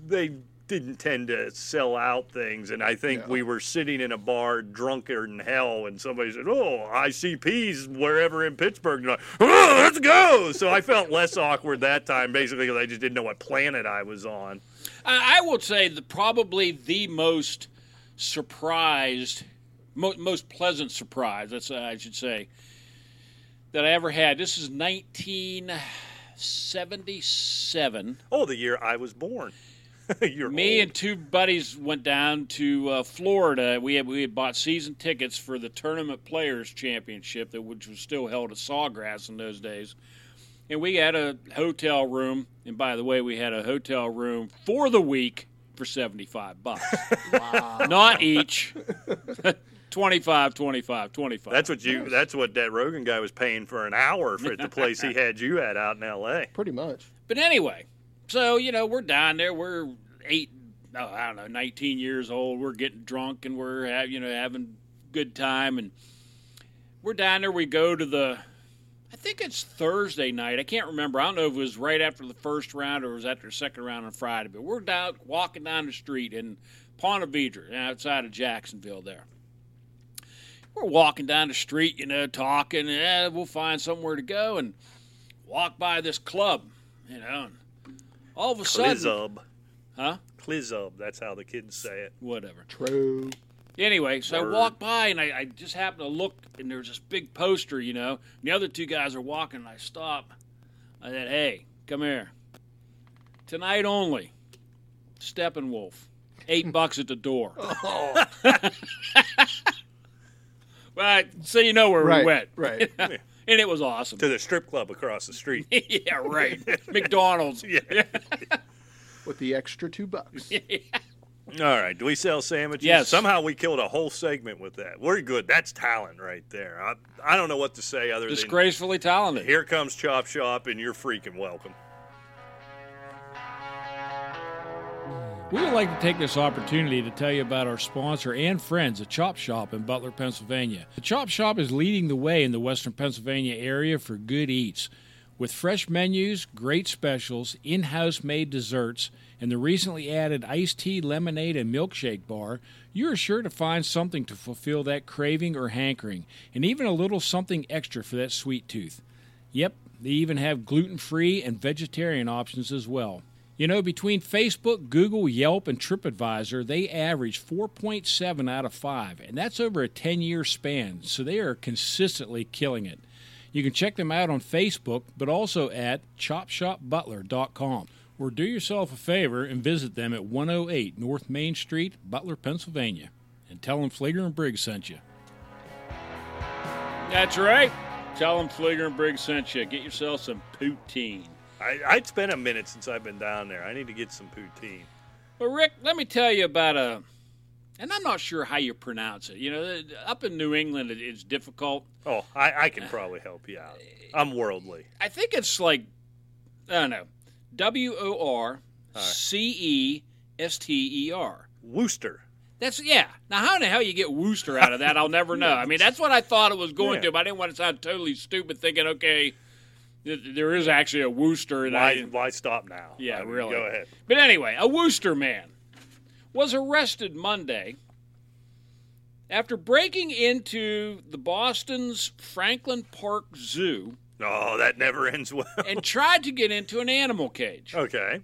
B: They didn't tend to sell out things. And I think
E: No.
B: we were sitting in a bar drunker than hell, and somebody said, Oh, ICP's wherever in Pittsburgh. And I, oh, let's go. So I felt less awkward that time, basically, because I just didn't know what planet I was on.
C: I, I will say the probably the most surprised, mo- most pleasant surprise. That's uh, I should say that I ever had. This is 1977.
B: Oh, the year I was born. You're
C: Me
B: old.
C: and two buddies went down to uh, Florida. We had we had bought season tickets for the Tournament Players Championship, that which was still held at Sawgrass in those days. And we had a hotel room, and by the way, we had a hotel room for the week for seventy five bucks, not each. 25 25 25
B: That's what you. That's what that Rogan guy was paying for an hour for at the place he had you at out in L.A.
E: Pretty much.
C: But anyway, so you know, we're down there. We're eight, oh, I don't know, nineteen years old. We're getting drunk and we're ha- you know having good time, and we're down there. We go to the, I think it's Thursday night. I can't remember. I don't know if it was right after the first round or it was after the second round on Friday. But we're down walking down the street in Ponte Vedra, outside of Jacksonville. There. We're walking down the street, you know, talking, and eh, we'll find somewhere to go, and walk by this club, you know. And all of a sudden,
B: Clizub.
C: huh?
B: Clizub. That's how the kids say it.
C: Whatever.
E: True.
C: Anyway, so
B: Word.
C: I walked by and I, I just happened to look, and there's this big poster, you know. And the other two guys are walking, and I stop. I said, "Hey, come here. Tonight only, Steppenwolf. Eight bucks at the door."
B: Oh.
C: Well, so you know where
E: Right,
C: we went,
E: right.
C: and it was awesome.
B: To the strip club across the street.
C: yeah, right. McDonald's.
B: yeah.
E: With the extra two bucks.
B: All right. Do we sell sandwiches?
C: Yes.
B: Somehow we killed a whole segment with that. We're good. That's talent right there. I, I don't know what to say other
C: Disgracefully talented.
B: than here comes Chop Shop, and you're freaking welcome.
F: We would like to take this opportunity to tell you about our sponsor and friends, the Chop Shop in Butler, Pennsylvania. The Chop Shop is leading the way in the Western Pennsylvania area for good eats. With fresh menus, great specials, in house made desserts, and the recently added iced tea, lemonade, and milkshake bar, you are sure to find something to fulfill that craving or hankering, and even a little something extra for that sweet tooth. Yep, they even have gluten free and vegetarian options as well. You know, between Facebook, Google, Yelp, and TripAdvisor, they average 4.7 out of 5, and that's over a 10 year span, so they are consistently killing it. You can check them out on Facebook, but also at chopshopbutler.com, or do yourself a favor and visit them at 108 North Main Street, Butler, Pennsylvania, and tell them Flager and Briggs sent you.
C: That's right. Tell them Fleeger and Briggs sent you. Get yourself some poutine.
B: I, I'd spent a minute since I've been down there. I need to get some poutine.
C: Well, Rick, let me tell you about a, and I'm not sure how you pronounce it. You know, uh, up in New England, it, it's difficult.
B: Oh, I, I can probably help you out. I'm worldly.
C: I think it's like, I don't know, W O R C E S T E R.
B: Wooster.
C: That's yeah. Now, how in the hell you get Wooster out of that? I'll never know. I mean, that's what I thought it was going
B: Yeah.
C: to, but I didn't want to sound totally stupid, thinking, okay, th- there is actually a Wooster. And
B: Why,
C: I,
B: why stop now?
C: Yeah,
B: I mean,
C: really.
B: Go ahead.
C: But anyway, a Wooster man was arrested Monday after breaking into the Boston's Franklin Park Zoo
B: Oh, that never ends well.
C: and tried to get into an animal cage.
B: Okay.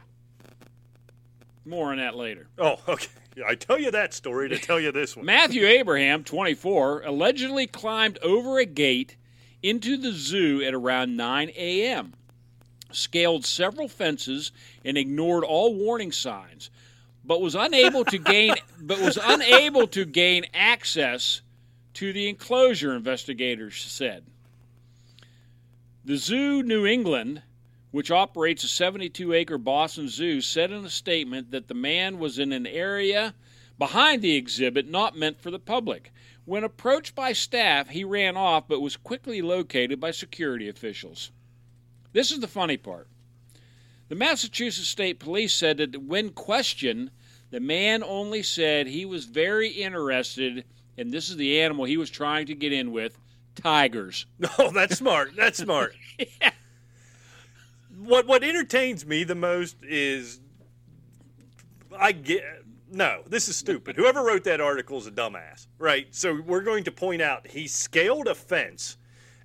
C: More on that later.
B: Oh, okay. I tell you that story to tell you this one.
C: Matthew Abraham, 24, allegedly climbed over a gate into the zoo at around 9 a.m., scaled several fences, and ignored all warning signs, but was unable to gain but was unable to gain access to the enclosure, investigators said. The Zoo New England, which operates a 72 acre Boston zoo, said in a statement that the man was in an area behind the exhibit not meant for the public. When approached by staff, he ran off but was quickly located by security officials. This is the funny part. The Massachusetts State Police said that when questioned, the man only said he was very interested, and this is the animal he was trying to get in with tigers.
B: No, that's smart. That's smart. What what entertains me the most is I get no. This is stupid. Whoever wrote that article is a dumbass, right? So we're going to point out he scaled a fence,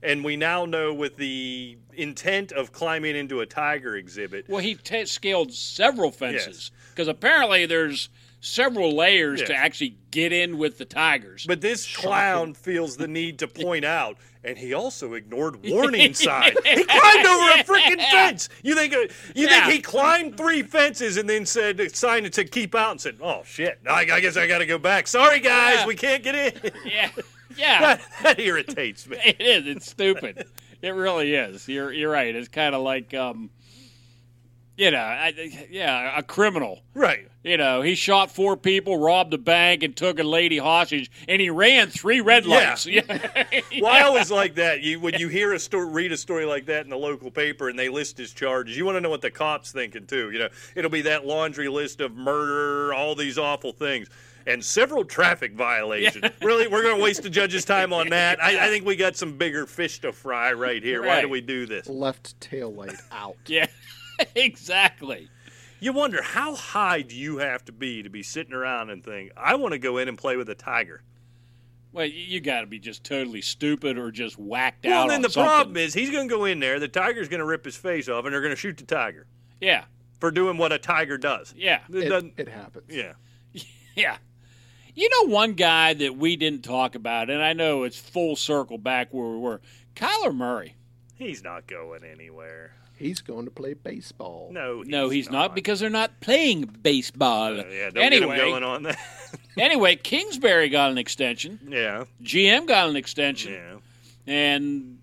B: and we now know with the intent of climbing into a tiger exhibit.
C: Well, he t- scaled several fences because apparently there's several layers to
B: Yes.
C: actually get in with the tigers.
B: But this clown feels the need to point out, and he also ignored warning signs. He climbed over a freaking fence. You think uh, you
C: Yeah.
B: think he climbed three fences and then said a sign that said keep out and said, "Oh shit, I, I guess I got to go back. Sorry guys,
C: Yeah.
B: we can't get in."
C: yeah, yeah,
B: that, that irritates me.
C: it is. It's stupid. It really is. You're you're right. It's kind of like um, you know, I, yeah, a criminal.
B: Right.
C: You know, he shot four people, robbed a bank, and took a lady hostage, and he ran three red
B: Yeah.
C: lights. Yeah.
B: Well, I always like that. You when you hear a story, read a story like that in the local paper, and they list his charges. You want to know what the cops thinking too. You know, it'll be that laundry list of murder, all these awful things, and several traffic violations. Really, we're going to waste the judge's time on that. I, I think we got some bigger fish to fry right here. Why do
C: Right.
B: we do this?
E: Left tail light out.
C: yeah. exactly.
B: You wonder how high do you have to be to be sitting around and think, I want to go in and play with a tiger.
C: Well, you, you got to be just totally stupid or just whacked
B: Well,
C: out.
B: then
C: on
B: the
C: something.
B: problem is he's going to go in there. The tiger's going to rip his face off, and they're going to shoot the tiger.
C: yeah,
B: for doing what a tiger does.
C: yeah,
B: It
E: It,
B: doesn't-
E: it happens.
B: yeah.
C: yeah. You know, one guy that we didn't talk about, and I know it's full circle back where we were. Kyler Murray.
B: He's not going anywhere.
E: He's going to play baseball.
B: No, he's
C: no, he's not. because they're not playing baseball.
B: Uh, yeah, don't
C: anyway,
B: get him going on that.
C: anyway, Kingsbury got an extension.
B: yeah,
C: GM got an extension.
B: yeah.
C: And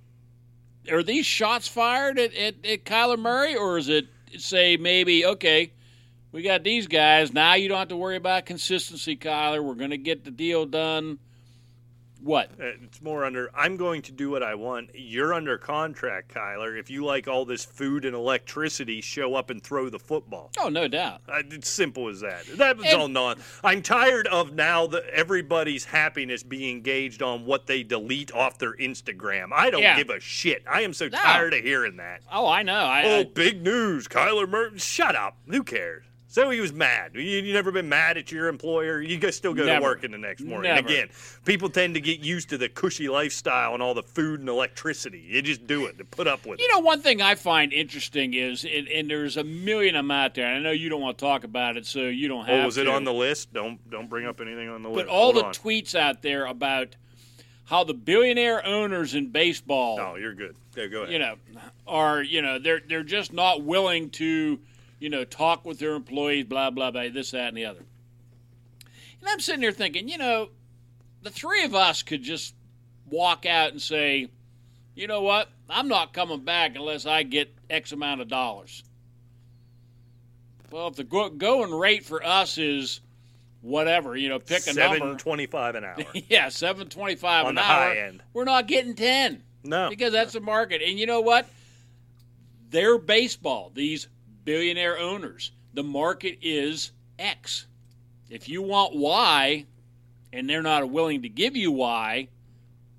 C: are these shots fired at, at, at Kyler Murray, or is it say maybe okay, we got these guys now? You don't have to worry about consistency, Kyler. We're going to get the deal done. What?
B: Uh, It's more under. I'm going to do what I want. You're under contract, Kyler. If you like all this food and electricity, show up and throw the football.
C: Oh, no doubt.
B: Uh, It's simple as that. That was
C: And-
B: all non. I'm tired of now the, everybody's happiness being gauged on what they delete off their Instagram. I don't
C: Yeah.
B: give a shit. I am so
C: No.
B: tired of hearing that.
C: Oh, I know. I,
B: Oh,
C: I-
B: big news. Kyler Murray. Shut up. Who cares? So he was mad. You, you never been mad at your employer. You go, still go
C: Never.
B: to work in the next morning.
C: Never.
B: And again, people tend to get used to the cushy lifestyle and all the food and electricity. You just do it to put up with
C: you
B: it.
C: know, one thing I find interesting is, and, and there's a million of them out there. And I know you don't want to talk about it, so you don't have.
B: Oh, was it
C: to.
B: on the list? Don't don't bring up anything on the list.
C: But all
B: Hold
C: the
B: on.
C: tweets out there about how the billionaire owners in baseball.
B: No, you're good. Yeah, go ahead.
C: you know, are you know they're they're just not willing to, you know, talk with their employees, blah blah blah, this that and the other. And I'm sitting there thinking, you know, the three of us could just walk out and say, you know what, I'm not coming back unless I get X amount of dollars. Well, if the go- going rate for us is whatever, you know, pick a
B: Seven
C: number.
B: twenty-five an hour.
C: Yeah, seven twenty-five
B: On
C: an
B: the
C: hour.
B: high end.
C: We're not getting ten
B: No,
C: because that's the market. And you know what? Their baseball, these billionaire owners, the market is X. If you want Y, and they're not willing to give you Y,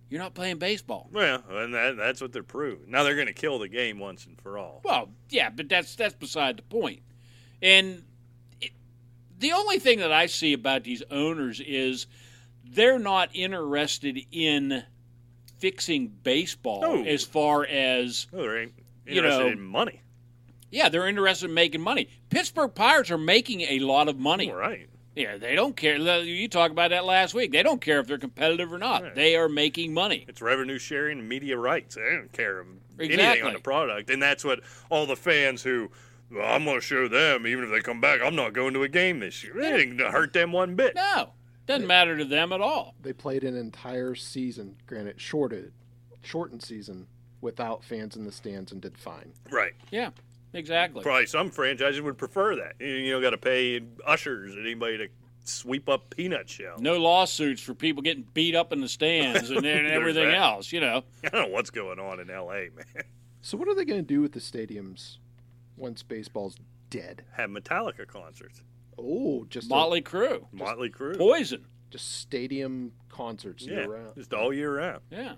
C: you're not playing baseball.
B: well, and that, that's what they're proving. Now they're going to kill the game once and for all.
C: Well, yeah, but that's that's beside the point. And it, the only thing that I see about these owners is they're not interested in fixing baseball
B: No.
C: as far as
B: No, they're ain't
C: You
B: interested
C: know,
B: in money.
C: Yeah, they're interested in making money. Pittsburgh Pirates are making a lot of money.
B: All right.
C: Yeah, they don't care. You talked about that last week. They don't care if they're competitive or not.
B: Right.
C: They are making money.
B: It's revenue sharing and media rights. They don't care anything
C: Exactly.
B: on the product. And that's what all the fans who, well, I'm going to show them, even if they come back, I'm not going to a game this year. It ain't going to hurt them one bit.
C: No, doesn't matter to them at all.
E: They played an entire season, granted shorted, shortened season, without fans in the stands and did fine.
B: Right.
C: Yeah, exactly.
B: Probably some franchises would prefer that. You, you don't got to pay ushers and anybody to sweep up peanut shells.
C: No lawsuits for people getting beat up in the stands and, and
B: There's
C: everything
B: that.
C: else. You know.
B: I don't know what's going on in L.A., man.
E: So what are they going to do with the stadiums once baseball's dead?
B: Have Metallica concerts.
E: Oh, just a-
C: Motley Crue,
B: Motley Crue.
C: Poison.
E: just stadium concerts
B: Yeah,
E: year round.
B: just all year round.
C: Yeah,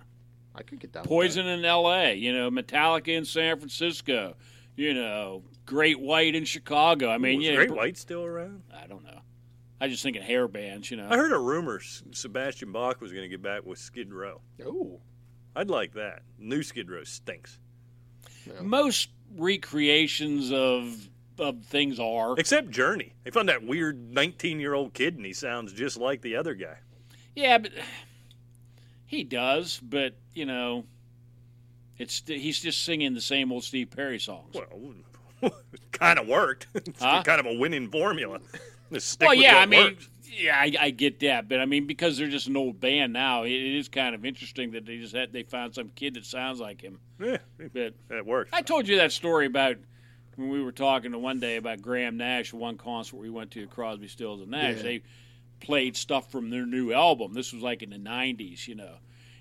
E: I could get down. with that.
C: Poison in L.A. You know, Metallica in San Francisco. You know, Great White in Chicago. I mean,
B: Was
C: yeah,
B: Great
C: br-
B: White still around?
C: I don't know. I just thinking hair bands, you know.
B: I heard a rumor S- Sebastian Bach was going to get back with Skid Row.
E: Oh,
B: I'd like that. New Skid Row stinks.
C: Most recreations of of things are.
B: Except Journey. They found that weird 19 year old kid and he sounds just like the other guy.
C: Yeah, but he does. But you know, it's he's just singing the same old Steve Perry songs.
B: Well, it kind of worked. It's
C: Huh?
B: kind of a winning formula. Just stick
C: well,
B: with
C: yeah,
B: what
C: I mean,
B: works.
C: yeah, I, I get that, but I mean, because they're just an old band now, it, it is kind of interesting that they just had they found some kid that sounds like him.
B: Yeah,
C: But
B: that works.
C: I told you that story about when we were talking to one day about Graham Nash, one concert we went to, Crosby, Stills, and Nash.
E: Yeah.
C: They played stuff from their new album. This was like in the '90s, you know.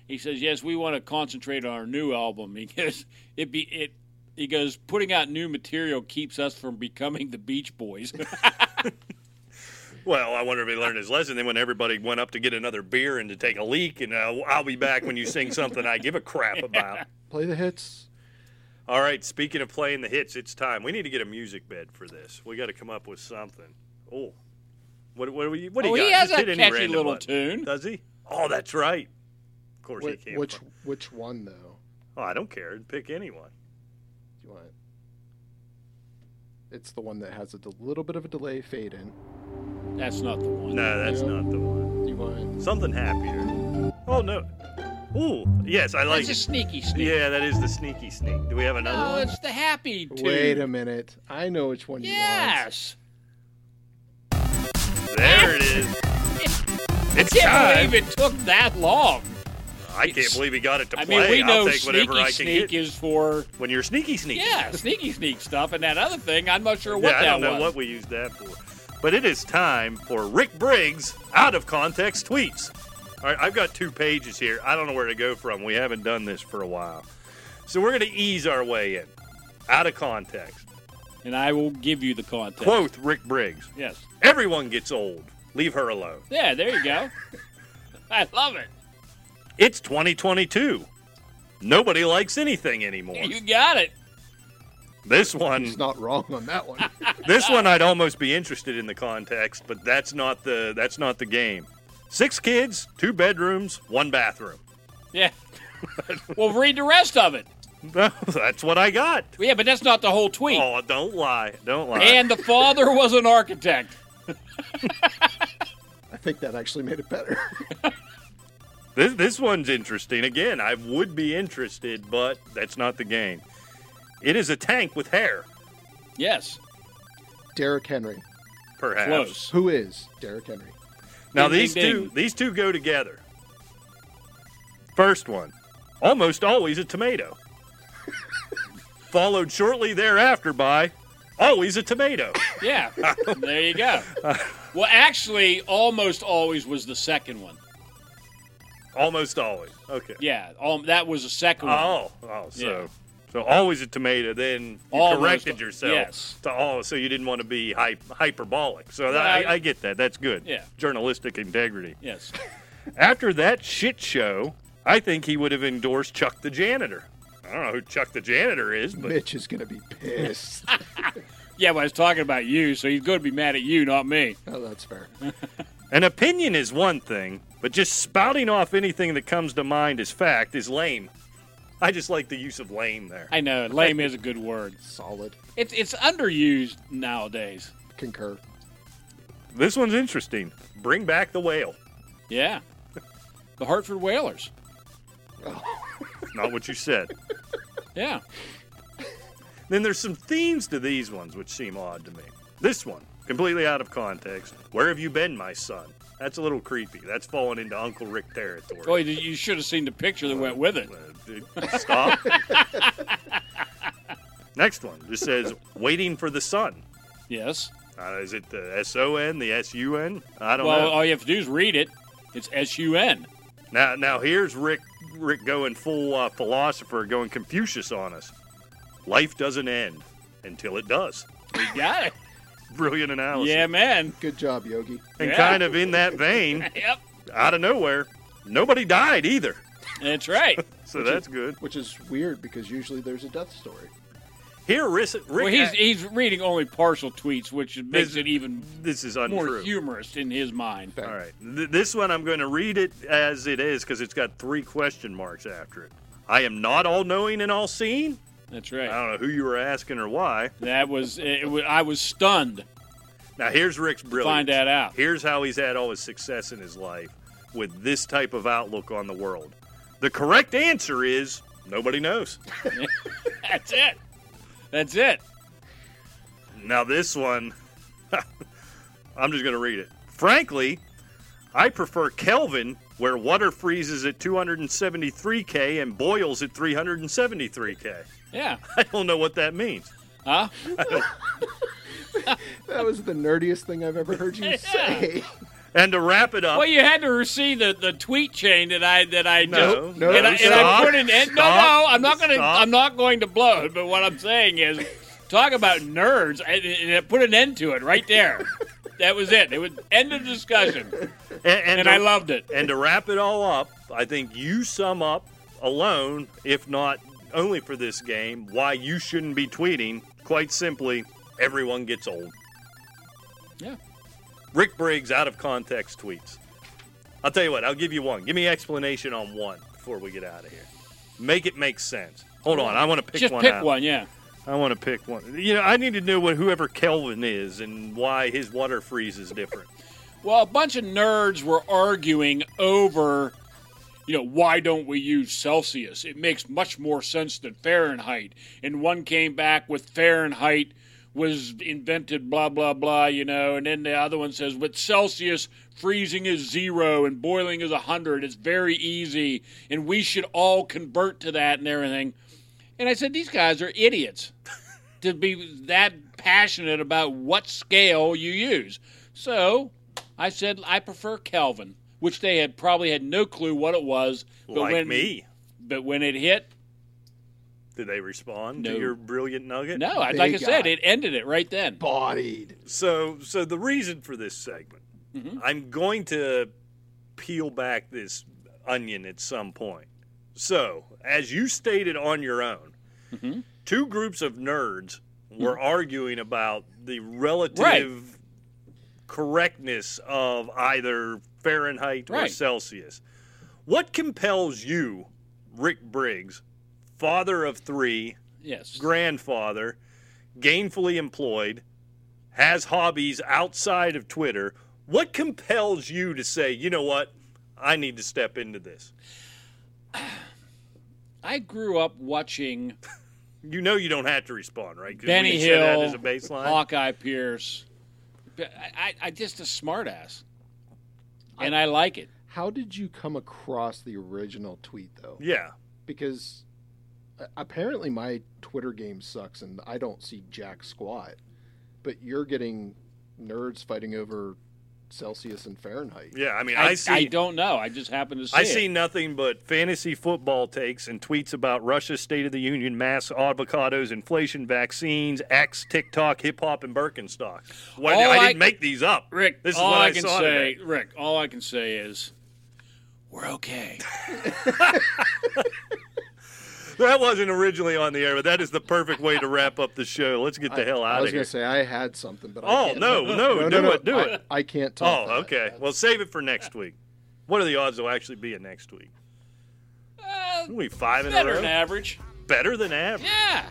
C: He says, "Yes, we want to concentrate on our new album because it be it." He goes, "Putting out new material keeps us from becoming the Beach Boys."
B: Well, I wonder if he learned his lesson. Then when everybody went up to get another beer and to take a leak, and uh, I'll be back when you sing something I give a crap about.
E: play the hits.
B: All right, speaking of playing the hits, it's time. We need to get a music bed for this. We got to come up with something. Oh, what what do we what do
C: Oh,
B: you
C: he
B: got?
C: has
B: Just
C: a
B: hit any
C: catchy
B: random
C: little
B: one.
C: tune.
B: Does he? Oh, that's right. Of course
E: Wh-
B: he can't.
E: which
B: find-
E: which one though?
B: Oh, I don't care. Pick anyone.
E: Do you want? It? It's the one that has a d- little bit of a delay fade in.
C: That's not the one.
B: No, that's
E: Yeah.
B: not the one.
E: Do you want? it?
B: Something happier. Oh no. Ooh, yes, I like.
C: That's a sneaky sneak.
B: Yeah, that is the sneaky sneak. Do we have another
C: No,
B: one?
C: it's the happy tune.
E: Wait a minute. I know which one
C: Yes.
B: There it is. It's
C: I
B: time.
C: can't believe it took that long.
B: I can't believe he got it to
C: I
B: play.
C: mean, we
B: I'll
C: know
B: take whatever I
C: sneaky
B: can
C: sneak
B: get.
C: is for
B: When you're sneaky sneaky.
C: yeah, sneaky sneak stuff, and that other thing, I'm not sure
B: Yeah,
C: what
B: I
C: that
B: don't know
C: was.
B: what we used that for. But it is time for Rick Briggs out of context tweets. All right, I've got two pages here. I don't know where to go from. We haven't done this for a while. So we're going to ease our way in. Out of context.
C: And I will give you the context.
B: Quote Rick Briggs
C: Yes.
B: Everyone gets old. Leave her alone.
C: Yeah, there you go. I love it.
B: It's 2022. Nobody likes anything anymore.
C: You got it.
B: This
E: you want.
B: one
E: It's not wrong on that one.
B: This one I'd almost be interested in the context, but that's not the that's not the game. Six kids, two bedrooms, one bathroom.
C: Yeah. well, read the rest of it.
B: that's what I got.
C: Yeah, but that's not the whole tweet.
B: Oh, don't lie. Don't lie.
C: And the father was an architect.
E: I think that actually made it better.
B: this this one's interesting. Again, I would be interested, but that's not the game. It is a tank with hair,
C: Yes.
E: Derrick Henry.
B: perhaps.
C: Close.
E: Who is Derrick Henry?
B: Now
C: Ding, ding,
B: these two
C: ding.
B: these two go together. First one, almost always a tomato. Followed shortly thereafter by always a tomato.
C: Yeah. there you go. Well, actually, almost always was the second one.
B: Almost always. Okay.
C: Yeah, um, that was the second one.
B: Oh, oh, so
C: Yeah.
B: so always a tomato. Then you
C: Almost-
B: corrected yourself
C: yes.
B: to all, so you didn't want to be hy- hyperbolic. So that,
C: Right.
B: I, I get that. That's good.
C: Yeah.
B: Journalistic integrity.
C: Yes.
B: After that shit show, I think he would have endorsed Chuck the janitor. I don't know who Chuck the janitor is, but
E: Mitch is gonna be pissed.
C: Yeah, but I was talking about you, so he's going to be mad at you, not me.
E: oh, that's fair.
B: An opinion is one thing, but just spouting off anything that comes to mind as fact is lame. I just like the use of lame there.
C: I know, lame is a good word.
E: Solid.
C: It's it's underused nowadays.
E: Concur.
B: This one's interesting. Bring back the whale.
C: Yeah. The Hartford Whalers.
B: Not what you said.
C: Yeah.
B: then there's some themes to these ones which seem odd to me. This one, completely out of context. Where have you been, my son? That's a little creepy. That's falling into Uncle Rick territory.
C: Oh, you- you should have seen the picture that went with it.
B: Uh, dude, stop. Next one just says, waiting for the sun.
C: Yes.
B: Uh, is it the S O N, the S U N? I don't
C: Well, uh,
B: know.
C: all you have to do is read it. It's S U N.
B: Now, now here's Rick, Rick going full uh, philosopher, going Confucius on us. Life doesn't end until it does.
C: You got it.
B: Brilliant analysis.
C: Yeah, man.
E: Good job, Yogi.
B: and
C: yeah.
B: kind of in that vein,
C: Yep.
B: out of nowhere, nobody died either.
C: That's right.
B: So that's good.
E: Which is weird because usually there's a death story.
B: Here, Rick. uh, Rick
C: Well, he's
B: a-
C: he's reading only partial tweets, which makes it even
B: this is
C: more
B: untrue.
C: humorous in his mind.
B: All right. Th- this one, I'm going to read it as it is because it's got three question marks after it. I am not all knowing and all seeing.
C: That's
B: I
C: right.
B: don't know who you were asking or why.
C: That was it. was- I was stunned.
B: Now, here's Rick's brilliance.
C: Find that out.
B: Here's how he's had all his success in his life with this type of outlook on the world. The correct answer is nobody knows.
C: That's it. That's it.
B: Now, this one, I'm just going to read it. Frankly, I prefer Kelvin, where water freezes at 273K and boils at 373K.
C: Yeah.
B: I don't know what that means.
C: Huh?
E: That was the nerdiest thing I've ever heard you say.
B: And to wrap it up,
C: Well, you had to see the, the tweet chain that I that I
B: No,
C: just
E: no,
C: and, I, and I
B: stop,
C: put an end. No, no,
B: stop,
C: I'm not gonna
B: stop.
C: I'm not going to blow it. But what I'm saying is, talk about nerds. I, and it put an end to it right there. that was it. It was end of discussion,
B: and, and
C: and
B: to-
C: I loved it.
B: and to wrap it all up, I think you sum up alone, if not only for this game, why you shouldn't be tweeting. Quite simply, everyone gets old.
C: Yeah.
B: Rick Briggs out of context tweets. I'll tell you what, I'll give you one. Give me explanation on one before we get out of here. Make it make sense. Hold on, I want to pick
C: just
B: one
C: pick
B: out.
C: one. Yeah.
B: I want to pick one. You know, I need to know what whoever Kelvin is and why his water freeze is different.
C: Well, a bunch of nerds were arguing over, you know, why don't we use Celsius? It makes much more sense than Fahrenheit. And one came back with Fahrenheit was invented, blah, blah, blah, you know. And then the other one says, with Celsius, freezing is zero and boiling is a 100. It's very easy. And we should all convert to that and everything. And I said, these guys are idiots to be that passionate about what scale you use. So I said I prefer Kelvin, which they had probably had no clue what it was.
B: like
C: when,
B: me.
C: But when it hit,
B: Did they respond
C: No.
B: to your brilliant nugget?
C: no, I-
E: They
C: like I
E: got
C: said, it ended it right then.
E: Bodied.
B: So, so the reason for this segment, I'm going to peel back this onion at some point. So, as you stated on your own, two groups of nerds were arguing about the relative correctness of either Fahrenheit or
C: Right.
B: Celsius. What compels you, Rick Briggs, father of three,
C: Yes.
B: grandfather, gainfully employed, has hobbies outside of Twitter, what compels you to say, you know what, I need to step into this?
C: I grew up watching
B: You know you don't have to respond, right? 'Cause
C: Benny
B: we set
C: Hill,
B: that as a baseline.
C: Hawkeye Pierce. But I, I, I just a smartass, and I like it.
E: How did you come across the original tweet though?
B: Yeah.
E: Because uh, apparently my Twitter game sucks and I don't see jack squat. But you're getting nerds fighting over Celsius and Fahrenheit.
B: Yeah, I mean, I,
C: I,
B: see
C: I don't know. I just happen to see.
B: I
C: it.
B: see nothing but fantasy football takes and tweets about Russia's State of the Union, mass avocados, inflation, vaccines, X, TikTok, hip hop, and Birkenstocks. Well,
C: All
B: I
C: I-
B: didn't make these up.
C: Rick,
B: this is
C: all
B: what
C: I,
B: I,
C: can
B: saw
C: say,
B: today.
C: Rick, all I can say is we're okay.
B: That wasn't originally on the air, but that is the perfect way to wrap up the show. Let's get the hell
E: I
B: out
E: was
B: of here.
E: gonna say I had something, but I
B: oh
E: can't.
B: no, no, do it, do
E: I,
B: it.
E: I can't
B: Oh,
E: talk.
B: okay. Well, save it for next week. What are the odds they'll actually be in next week? we five in a
C: Uh, Better
B: row.
C: than average.
B: Better than average.
C: Yeah.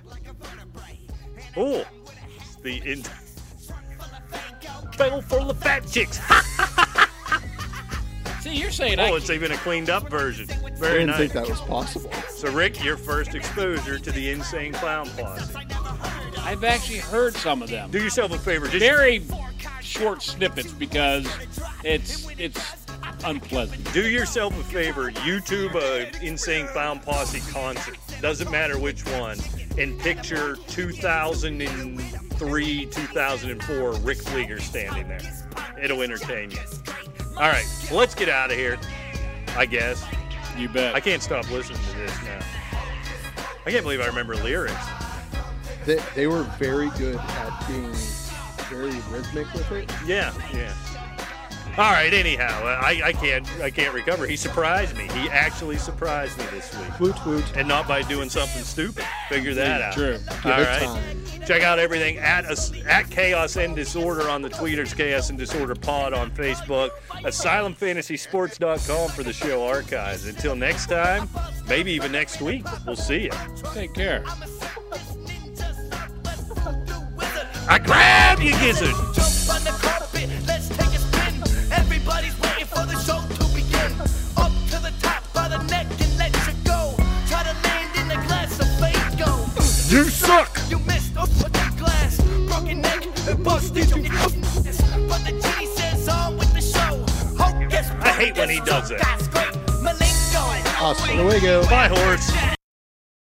B: Oh, the in- battle for the fat chicks.
C: See, you're saying I
B: Oh, it's even a cleaned up version.
E: I
B: Very
E: didn't
B: nice.
E: think that was possible.
B: So, Rick, your first exposure to the insane clown posse.
C: I've actually heard some of them.
B: Do yourself a favor. Just
C: Very short snippets because it's it's unpleasant.
B: Do yourself a favor, YouTube a Insane Clown Posse concert. Doesn't matter which one. And picture 2003, 2004 Rick Flieger standing there. It'll entertain you. All right, well, let's get out of here, I guess.
C: You bet.
B: I can't stop listening to this now. I can't believe I remember lyrics.
E: They, they were very good at being very rhythmic with it.
B: Yeah, yeah. All right. Anyhow, I, I can't I can't recover. He surprised me. He actually surprised me this week.
E: Woot woot.
B: and not by doing something stupid. Figure that out.
C: True.
B: All
E: Give it
B: right.
E: time.
B: Check out everything at us at Chaos and Disorder on the tweeters, Chaos and Disorder Pod on Facebook, AsylumFantasySports.com for the show archives. Until next time, maybe even next week, we'll see you.
C: Take care.
B: I grab you, gizzard.
G: Jump on the carpet, let's take a spin. Everybody's waiting for the show to begin. Up to the top by the neck and let you go. Try to land in the glass of fake gold.
B: You suck.
G: You missed up with the glass, broken neck and busted your ass. But the genie says on with the show. Hocus
B: I hate when he does
G: pocus,
B: that.
G: that's great. Malingo.
E: Hasta luego.
B: Bye, horse.